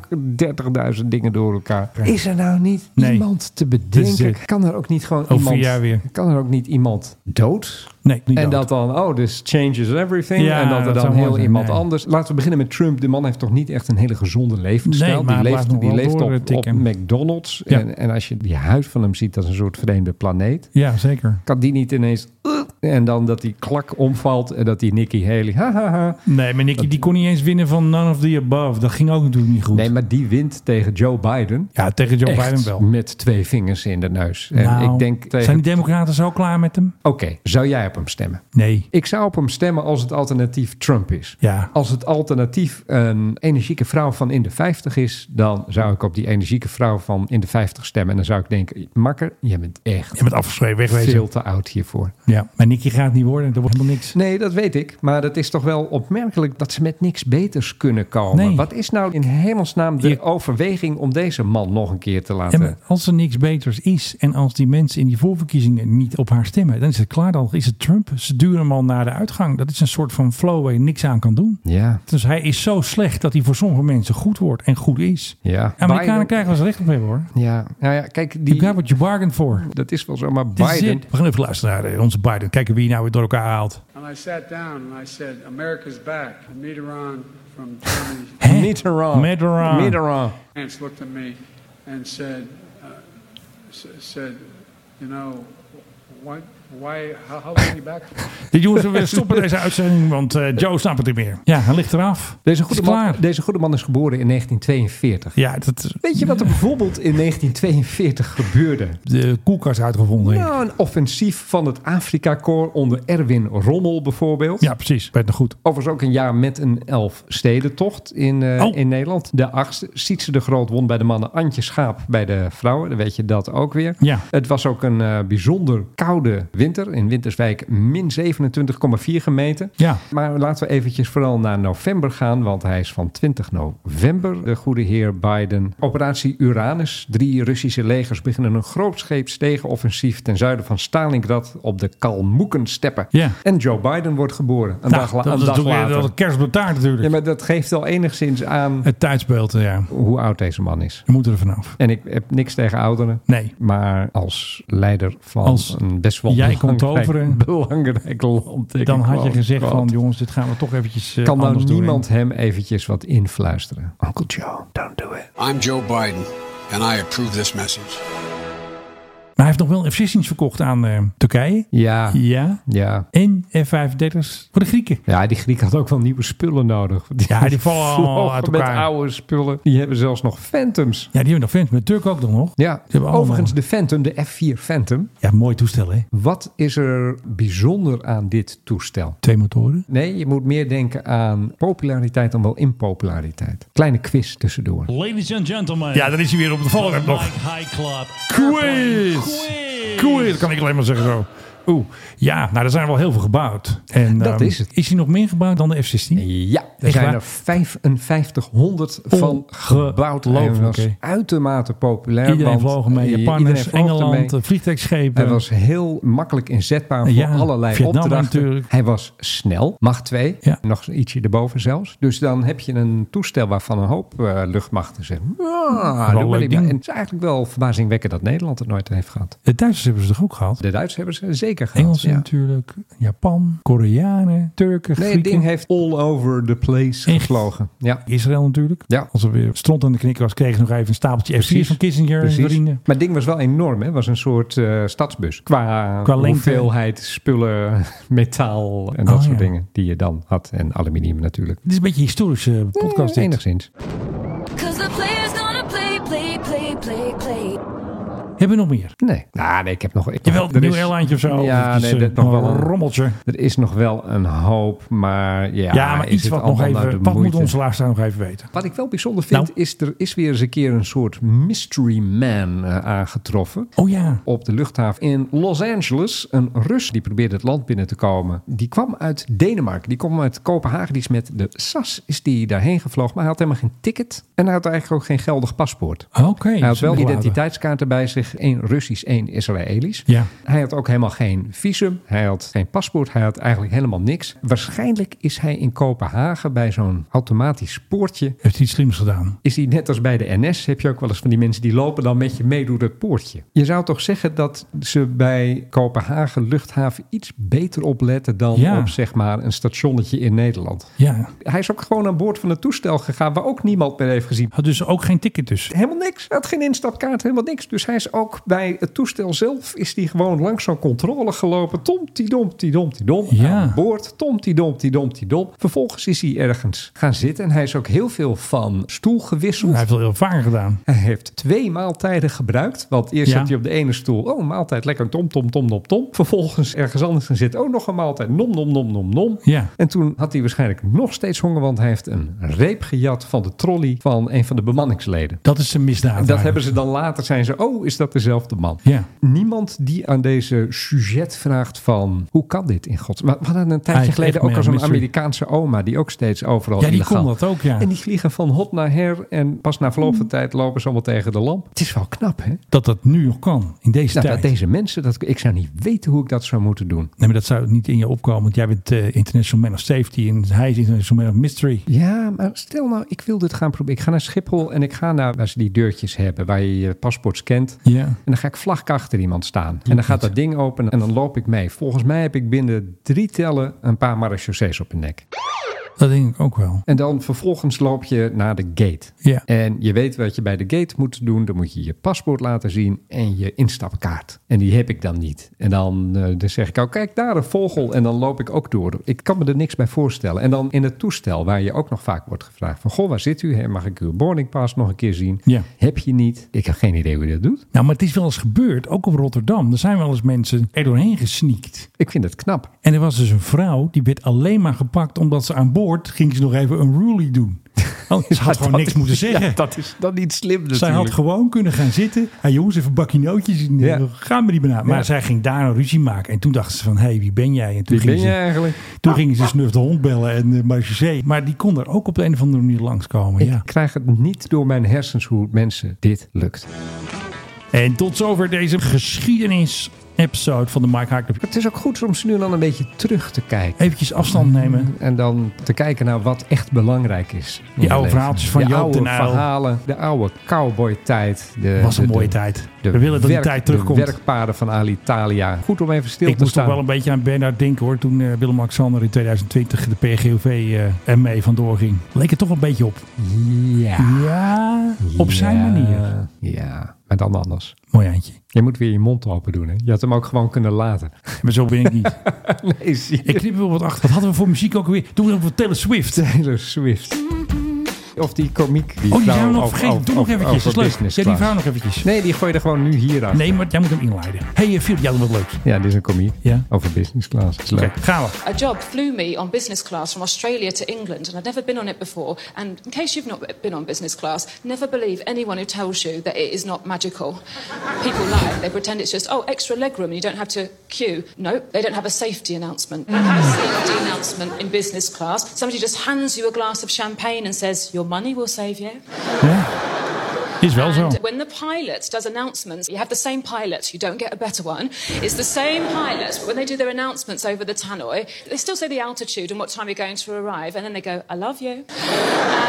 A: ook 30.000 dingen door elkaar. Is er nou niet
B: Nee.
A: iemand te
B: Dit is
A: bedenken?
B: het.
A: Kan er ook niet gewoon
B: Over
A: iemand...
B: vier jaar weer.
A: Kan er ook niet iemand dood?
B: Nee, niet
A: En
B: dood.
A: dat dan, oh, this changes everything.
B: Ja,
A: en dat er
B: dat
A: dan
B: zou mooi
A: heel
B: zijn,
A: iemand
B: nee.
A: anders. Laten we beginnen met Trump. De man heeft toch niet echt een hele gezonde levensstijl.
B: Nee, maar hij
A: die
B: blijft
A: leeft,
B: nog
A: die
B: wel
A: leeft
B: door, eh,
A: op, op
B: tikken.
A: McDonald's.
B: Ja.
A: En, en als je die huid van hem ziet, dat is een soort vreemde planeet.
B: Ja, zeker.
A: Kan die niet ineens... eh, En dan dat die klak omvalt en dat die Nikki Haley... Ha, ha, ha.
B: Nee, maar Nicky, die kon niet eens winnen van none of the above. Dat ging ook natuurlijk niet goed.
A: Nee, maar die wint tegen Joe Biden.
B: ja, tegen Joe
A: Echt
B: Biden wel.
A: met twee vingers in de neus. En
B: Nou,
A: ik denk tegen...
B: Zijn die democraten zo klaar met hem?
A: Oké, zou jij op hem stemmen?
B: Nee.
A: Ik zou op hem stemmen als het alternatief Trump is.
B: Ja.
A: Als het alternatief een energieke vrouw van in de 50 is, dan zou ik op die energieke vrouw van in de 50 stemmen. En dan zou ik denken, makker, je bent echt
B: Je bent afgeschreven, wegwezen.
A: veel te oud hiervoor.
B: Ja, maar Nicky gaat het niet worden. Dat wordt helemaal niks.
A: Nee, dat weet ik. Maar het is toch wel opmerkelijk dat ze met niks beters kunnen komen.
B: Nee.
A: Wat is nou in hemelsnaam de
B: Ja.
A: overweging om deze man nog een keer te
B: Ja,
A: laten?
B: maar als er niks beters is en als die mensen in die voorverkiezingen niet op haar stemmen, dan is het klaar. Dan is het Trump. Ze duwen hem al naar de uitgang. Dat is een soort van flow waar je niks aan kan doen.
A: ja.
B: Dus hij is zo slecht dat hij voor sommige mensen goed wordt en goed is.
A: Ja.
B: Amerikanen
A: Biden-
B: krijgen wel eens recht op hebben hoor.
A: Ja. Nou ja, kijk,
B: Die...
A: die,
B: You got what you bargained for.
A: dat is wel zo. Maar
B: Dit is
A: Biden,
B: het. We gaan even luisteren naar eh, onze Biden. Kijken wie hij nou weer door elkaar haalt.
L: And I sat down and I said, America's back. And Mitterrand from Germany
B: Hè?
A: Mitterrand.
B: Mitterrand.
A: Mitterrand.
L: France looked at me and said, uh, s- said, you know, what, why, how, how long are you back?
B: Dit jongens, we willen stoppen deze uitzending, want eh, Joe snapt het niet meer. Ja, hij ligt eraf.
A: Deze
B: Het is
A: goede, man,
B: klaar.
A: deze goede man is geboren in 1942.
B: Ja, dat is
A: Weet je wat er bijvoorbeeld in 1942 gebeurde?
B: de koelkast uitgevonden.
A: Nou, een offensief van het Afrika-koor onder Erwin Rommel bijvoorbeeld.
B: Ja, precies. Weet nog goed.
A: Overigens ook een jaar met een elf stedentocht in, eh,
B: Oh.
A: in Nederland. De achtste. Sietse de Groot won bij de mannen. Antje Schaap bij de vrouwen. Dan weet je dat ook weer.
B: Ja.
A: Het was ook een eh, bijzonder koude winter. In Winterswijk min 27,4 gemeten.
B: Ja.
A: Maar laten we eventjes vooral naar november gaan, want hij is van 20 november, de goede heer Biden. Operatie Uranus. Drie Russische legers beginnen een grootscheeps tegenoffensief ten zuiden van Stalingrad op de Kalmoekensteppen.
B: Ja. Nou,
A: En Joe Biden wordt geboren, een dag, la-
B: dat
A: een
B: is
A: dag
B: toch weer
A: later.
B: dat kerst op de taart natuurlijk.
A: Ja, maar dat geeft al enigszins aan
B: Het tijdsbeeld, eh, ja.
A: hoe oud deze man is.
B: We moeten er vanaf.
A: En ik heb niks tegen ouderen.
B: Nee.
A: Maar als leider van
B: Als
A: een best wel
B: jij komt
A: belangrijk,
B: toveren,
A: belangrijk land. denk
B: Dan
A: ik
B: had je
A: gewoon.
B: gezegd van,
A: Wat
B: jongens, dit gaan we toch eventjes eh,
A: kan nou
B: anders doen.
A: niemand hem eventjes wat influisteren? Uncle Joe, don't do it.
M: I'm Joe Biden, and I approve this message.
B: Maar hij heeft nog wel F-16's verkocht aan eh, Turkije.
A: Ja.
B: Ja.
A: Ja.
B: En F-35's voor de Grieken.
A: Ja, die Grieken hadden ook wel nieuwe spullen nodig.
B: Ja, die vallen allemaal
A: vlogen
B: uit
A: met
B: elkaar.
A: oude spullen. Die hebben zelfs nog Phantoms.
B: Ja, die hebben nog Phantom. Met Turk ook nog.
A: Ja, overigens de Phantom, de F4 Phantom.
B: Ja, mooi toestel hè.
A: Wat is er bijzonder aan dit toestel?
B: Twee motoren.
A: Nee, je moet meer denken aan populariteit dan wel impopulariteit. Kleine quiz tussendoor.
M: Ladies and gentlemen.
B: Ja, dan is hij weer op de volgende
M: Mike
B: nog.
M: High Club.
B: Quiz! Quiz, dat kan ik alleen maar zeggen zo. Oeh, ja, nou, er zijn wel heel veel gebouwd. En,
A: Dat
B: ehm,
A: is het.
B: Is hij nog meer gebouwd dan de F-16?
A: Ja, er
B: Echt
A: zijn
B: waar?
A: er 5500 van gebouwd. Hij
B: Ongelooflijk,
A: was
B: hè?
A: uitermate populair.
B: Iedereen
A: want
B: vloog ermee.
A: i-
B: Japanners,
A: iedereen vloog
B: Engeland,
A: ermee.
B: vliegtuigschepen.
A: Hij was heel makkelijk inzetbaar voor
B: Ja,
A: allerlei
B: Vietnam
A: opdrachten.
B: natuurlijk.
A: Hij was snel, macht 2. Nog ietsje erboven zelfs. Dus dan heb je een toestel waarvan een hoop eh, luchtmachten zeggen...
B: Wel
A: Ah,
B: een
A: doe maar niet
B: leuk ding.
A: bij." En het is eigenlijk wel verbazingwekkend dat Nederland het nooit heeft gehad.
B: De Duitsers hebben ze toch ook gehad?
A: De Duitsers hebben ze zeker gehad.
B: Engelsen
A: ja.
B: natuurlijk, Japan, Koreanen, Turken,
A: Nee, het
B: Grieken.
A: ding heeft all over the place gevlogen. Ja.
B: Israël natuurlijk.
A: Ja.
B: Als er weer stront aan de knikker was, kregen ze nog even een stapeltje f van Kissinger en
A: precies.
B: vrienden.
A: Maar het ding was wel enorm. hè. Het was een soort eh, stadsbus. Qua,
B: Qua lengte.
A: hoeveelheid spullen, metaal en dat
B: Oh,
A: soort
B: ja.
A: dingen die je dan had. En aluminium natuurlijk.
B: Dit is een beetje een historische podcast.
A: Eh,
B: dit.
A: enigszins.
D: Cause the player's gonna play, play, play, play, play.
B: Hebben we nog meer?
A: Nee. Nou, nee, ik heb nog... Ik,
B: Jawel,
A: er
B: een nieuw
A: is-
B: airline of zo.
A: Ja,
B: Dat is,
A: nee,
B: eh,
A: dat nog wel
B: een
A: een
B: rommeltje.
A: Er is nog wel een hoop, maar ja...
B: Ja, maar
A: is
B: iets
A: het
B: wat nog
A: allemaal nou
B: even.
A: de
B: Wat moet Nou.
A: moeite?
B: onze luisteraar nog even weten?
A: Wat ik wel bijzonder vind, is er is weer eens een keer een soort mystery man eh, aangetroffen.
B: Oh ja.
A: Op de luchthaven in Los Angeles. Een Rus die probeerde het land binnen te komen. Die kwam uit Denemarken. Die kwam uit Kopenhagen. Die is met de SAS is die daarheen gevlogen. Maar hij had helemaal geen ticket. En hij had eigenlijk ook geen geldig paspoort.
B: Oké.
A: hij had wel
B: dat is een
A: identiteitskaarten bij zich. één Russisch, één Israëlisch.
B: Ja.
A: Hij had ook helemaal geen visum. Hij had geen paspoort. Hij had eigenlijk helemaal niks. Waarschijnlijk is hij in Kopenhagen bij zo'n automatisch poortje
B: Heeft hij iets slims gedaan?
A: is die net als bij de NS, heb je ook wel eens van die mensen die lopen dan met je mee door dat poortje. Je zou toch zeggen dat ze bij Kopenhagen luchthaven iets beter opletten dan
B: Ja.
A: op zeg maar een stationnetje in Nederland.
B: Ja.
A: Hij is ook gewoon aan boord van een toestel gegaan waar ook niemand meer heeft gezien.
B: Had dus ook geen ticket dus.
A: Helemaal niks. Hij had geen instapkaart, helemaal niks. Dus hij is ook bij het toestel zelf is die gewoon langs zo'n controle gelopen. Tom-ti-dom-ti-dom-ti-dom.
B: Ja.
A: Aan boord. Tom-ti-dom-ti-dom-ti-dom. Vervolgens is hij ergens gaan zitten. En hij is ook heel veel van stoel gewisseld.
B: Hij heeft wel heel vaker gedaan.
A: Hij heeft twee maaltijden gebruikt. Want eerst
B: Ja.
A: zat hij op de ene stoel. Oh, een maaltijd. Lekker tom, tom, tom, tom, tom. Vervolgens ergens anders gaan zitten. Oh, nog een maaltijd. Nom, nom, nom, nom, nom.
B: Ja.
A: En toen had hij waarschijnlijk nog steeds honger. Want hij heeft een reep gejat van de trolley van een van de bemanningsleden.
B: Dat is een misdaad.
A: Dat hebben
B: eigenlijk.
A: ze dan later, zijn ze, oh, is dat dezelfde man?
B: Ja.
A: Niemand die aan deze sujet vraagt van, hoe kan dit in gods... Maar we hadden een tijdje
B: Eigenlijk
A: geleden
B: echt
A: ook al zo'n
B: mystery.
A: Amerikaanse oma... die ook steeds overal
B: Ja, die
A: illegaal-
B: kon dat ook, ja.
A: En die vliegen van hot naar her en pas na verloop van tijd lopen ze allemaal tegen de lamp. Het is wel knap, hè?
B: Dat dat nu nog kan. In deze
A: Nou,
B: tijd.
A: dat deze mensen, dat, ik zou niet weten hoe ik dat zou moeten doen.
B: Nee, maar dat zou niet in je opkomen. Want jij bent eh, International Man of Safety. En hij is International Man of Mystery.
A: Ja, maar stel nou, ik wil dit gaan proberen. Ik ga naar Schiphol en ik ga naar waar ze die deurtjes hebben, waar je je paspoort scant.
B: Ja.
A: En dan ga ik vlak achter iemand staan. En dan gaat dat ding open en dan loop ik mee. Volgens mij heb ik binnen drie tellen een paar marechaussees op mijn nek.
B: Dat denk ik ook wel.
A: En dan vervolgens loop je naar de gate.
B: Ja.
A: En je weet wat je bij de gate moet doen. Dan moet je je paspoort laten zien en je instapkaart. En die heb ik dan niet. En dan, eh, dan zeg ik, oh kijk daar een vogel. En dan loop ik ook door. Ik kan me er niks bij voorstellen. En dan in het toestel waar je ook nog vaak wordt gevraagd van... Goh, waar zit u? Hè, Mag ik uw boarding pass nog een keer zien?
B: Ja.
A: Heb je niet? Ik heb geen idee hoe je dat doet.
B: Nou, maar het is wel eens gebeurd. Ook op Rotterdam. Er zijn wel eens mensen er doorheen gesneakt.
A: Ik vind het knap.
B: En er was dus een vrouw. Die werd alleen maar gepakt. Omdat ze aan boord ging ze nog even een rulie doen. Oh, ze had gewoon
A: Dat
B: niks
A: is-
B: moeten zeggen.
A: ja, dat is dan niet slim natuurlijk.
B: Zij had gewoon kunnen gaan zitten. Hey jongens, even een bakje nootjes. In,
A: Ja.
B: Gaan we die benaderen. Maar
A: Ja.
B: zij ging daar een ruzie maken. En toen dacht ze van, hé, hey, wie ben jij? En toen
A: Wie
B: ging
A: ben
B: ze,
A: je eigenlijk?
B: Toen gingen ze snuf de hond bellen en uh, Maar die kon er ook op de een of andere manier langskomen.
A: Ik
B: Ja.
A: krijg het niet door mijn hersens hoe mensen dit lukt.
B: En tot zover deze geschiedenis-episode van de Mike High Club.
A: Het is ook goed om ze nu en dan een beetje terug te kijken.
B: Even afstand nemen.
A: En dan te kijken naar wat echt belangrijk is. in
B: Die
A: je
B: oude
A: leven.
B: verhaaltjes van
A: de
B: Joop
A: oude
B: den Uyl.
A: verhalen, de oude cowboy-tijd. De,
B: Was een
A: de-
B: mooie
A: de-
B: tijd.
A: de
B: We willen dat die
A: werk-
B: tijd terugkomt.
A: De werkpaden van Alitalia. Goed om even stil
B: Ik
A: te
B: moest toch
A: staan.
B: wel een beetje aan Bernard denken hoor. Toen eh, Willem-Alexander in 2020 de PGOV eh, ermee vandoor ging. Leek het toch een beetje op.
A: Ja.
B: Ja, op zijn manier.
A: Ja. Maar maar dan anders.
B: Mooi eindje.
A: Je moet weer je mond open doen. Hè? Je had hem ook gewoon kunnen laten.
B: Maar zo ben ik niet.
A: nee, zie je.
B: Ik knip er wel wat achter. Wat hadden we voor muziek ook weer? Doen we dan voor Taylor Swift.
A: Taylor Swift. Of die komiek.
B: oh, die
A: vrouw
B: zijn we nog
A: over-
B: vergeten.
A: Nou, over-
B: Doe nog
A: over-
B: eventjes.
A: over
B: Dat is leuk.
A: business
B: Ja, die
A: class.
B: vrouw nog eventjes.
A: Nee, die gooi je er gewoon nu hier aan.
B: Nee, maar jij moet hem inleiden. Hé, hey, Philip, jij had wat leuks.
A: Ja, dit is een komiek.
B: Ja.
A: Over business class. Dat is leuk.
B: Oké, gaan we.
M: A job flew me on business class from Australia to England, and I'd never been on it before. And in case you've not been on business class, never believe anyone who tells you that it is not magical. People lie. They pretend it's just, oh, extra legroom and you don't have to queue. No, they don't have a safety announcement. Have a safety announcement in business class. Somebody just hands you a glass of champagne and says, your money will save you.
B: Ja. Is wel zo.
M: And when the pilot does announcements, you have the same pilot, you don't get a better one. It's the same pilot, but when they do their announcements over the tannoy, they still say the altitude and what time you're going to arrive, and then they go, I love you.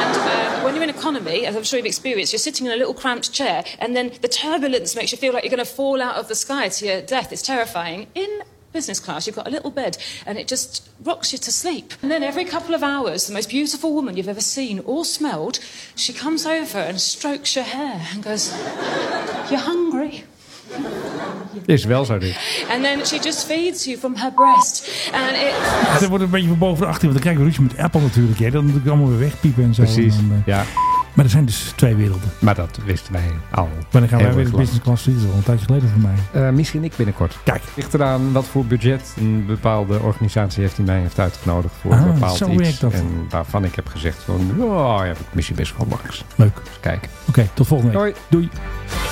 M: and um, when you're in economy, as I'm sure you've experienced, you're sitting in a little cramped chair, and then the turbulence makes you feel like you're going to fall out of the sky to your death. It's terrifying. In business class, you've got a little bed and it just rocks you to sleep. And then every couple of hours, the most beautiful woman you've ever seen or smelled, she comes over and strokes your hair and goes, You're hungry.
A: Dit is wel zo dit.
M: And then she just feeds you from her breast. And it.
B: Dat wordt een beetje van boven de achter. Want dan krijg je ruzie met Apple natuurlijk. Hè. Dan moet ik allemaal weer wegpiepen en zo.
A: Precies.
B: En dan, eh,
A: Ja.
B: Maar er zijn dus twee werelden.
A: Maar dat wisten wij al.
B: Wanneer gaan
A: heel
B: wij
A: erg
B: weer de
A: lang.
B: business class vliegen? Dat is al een tijdje geleden voor mij.
A: Eh, misschien ik binnenkort.
B: Kijk.
A: Ligt eraan wat voor budget een bepaalde organisatie heeft die mij heeft uitgenodigd voor een
B: Ah,
A: bepaald
B: zo
A: iets.
B: werkt dat.
A: En waarvan ik heb gezegd van, oh, heb ik misschien best wel langs.
B: Leuk.
A: Dus kijken.
B: Oké, tot volgende week.
A: Doei.
B: Doei.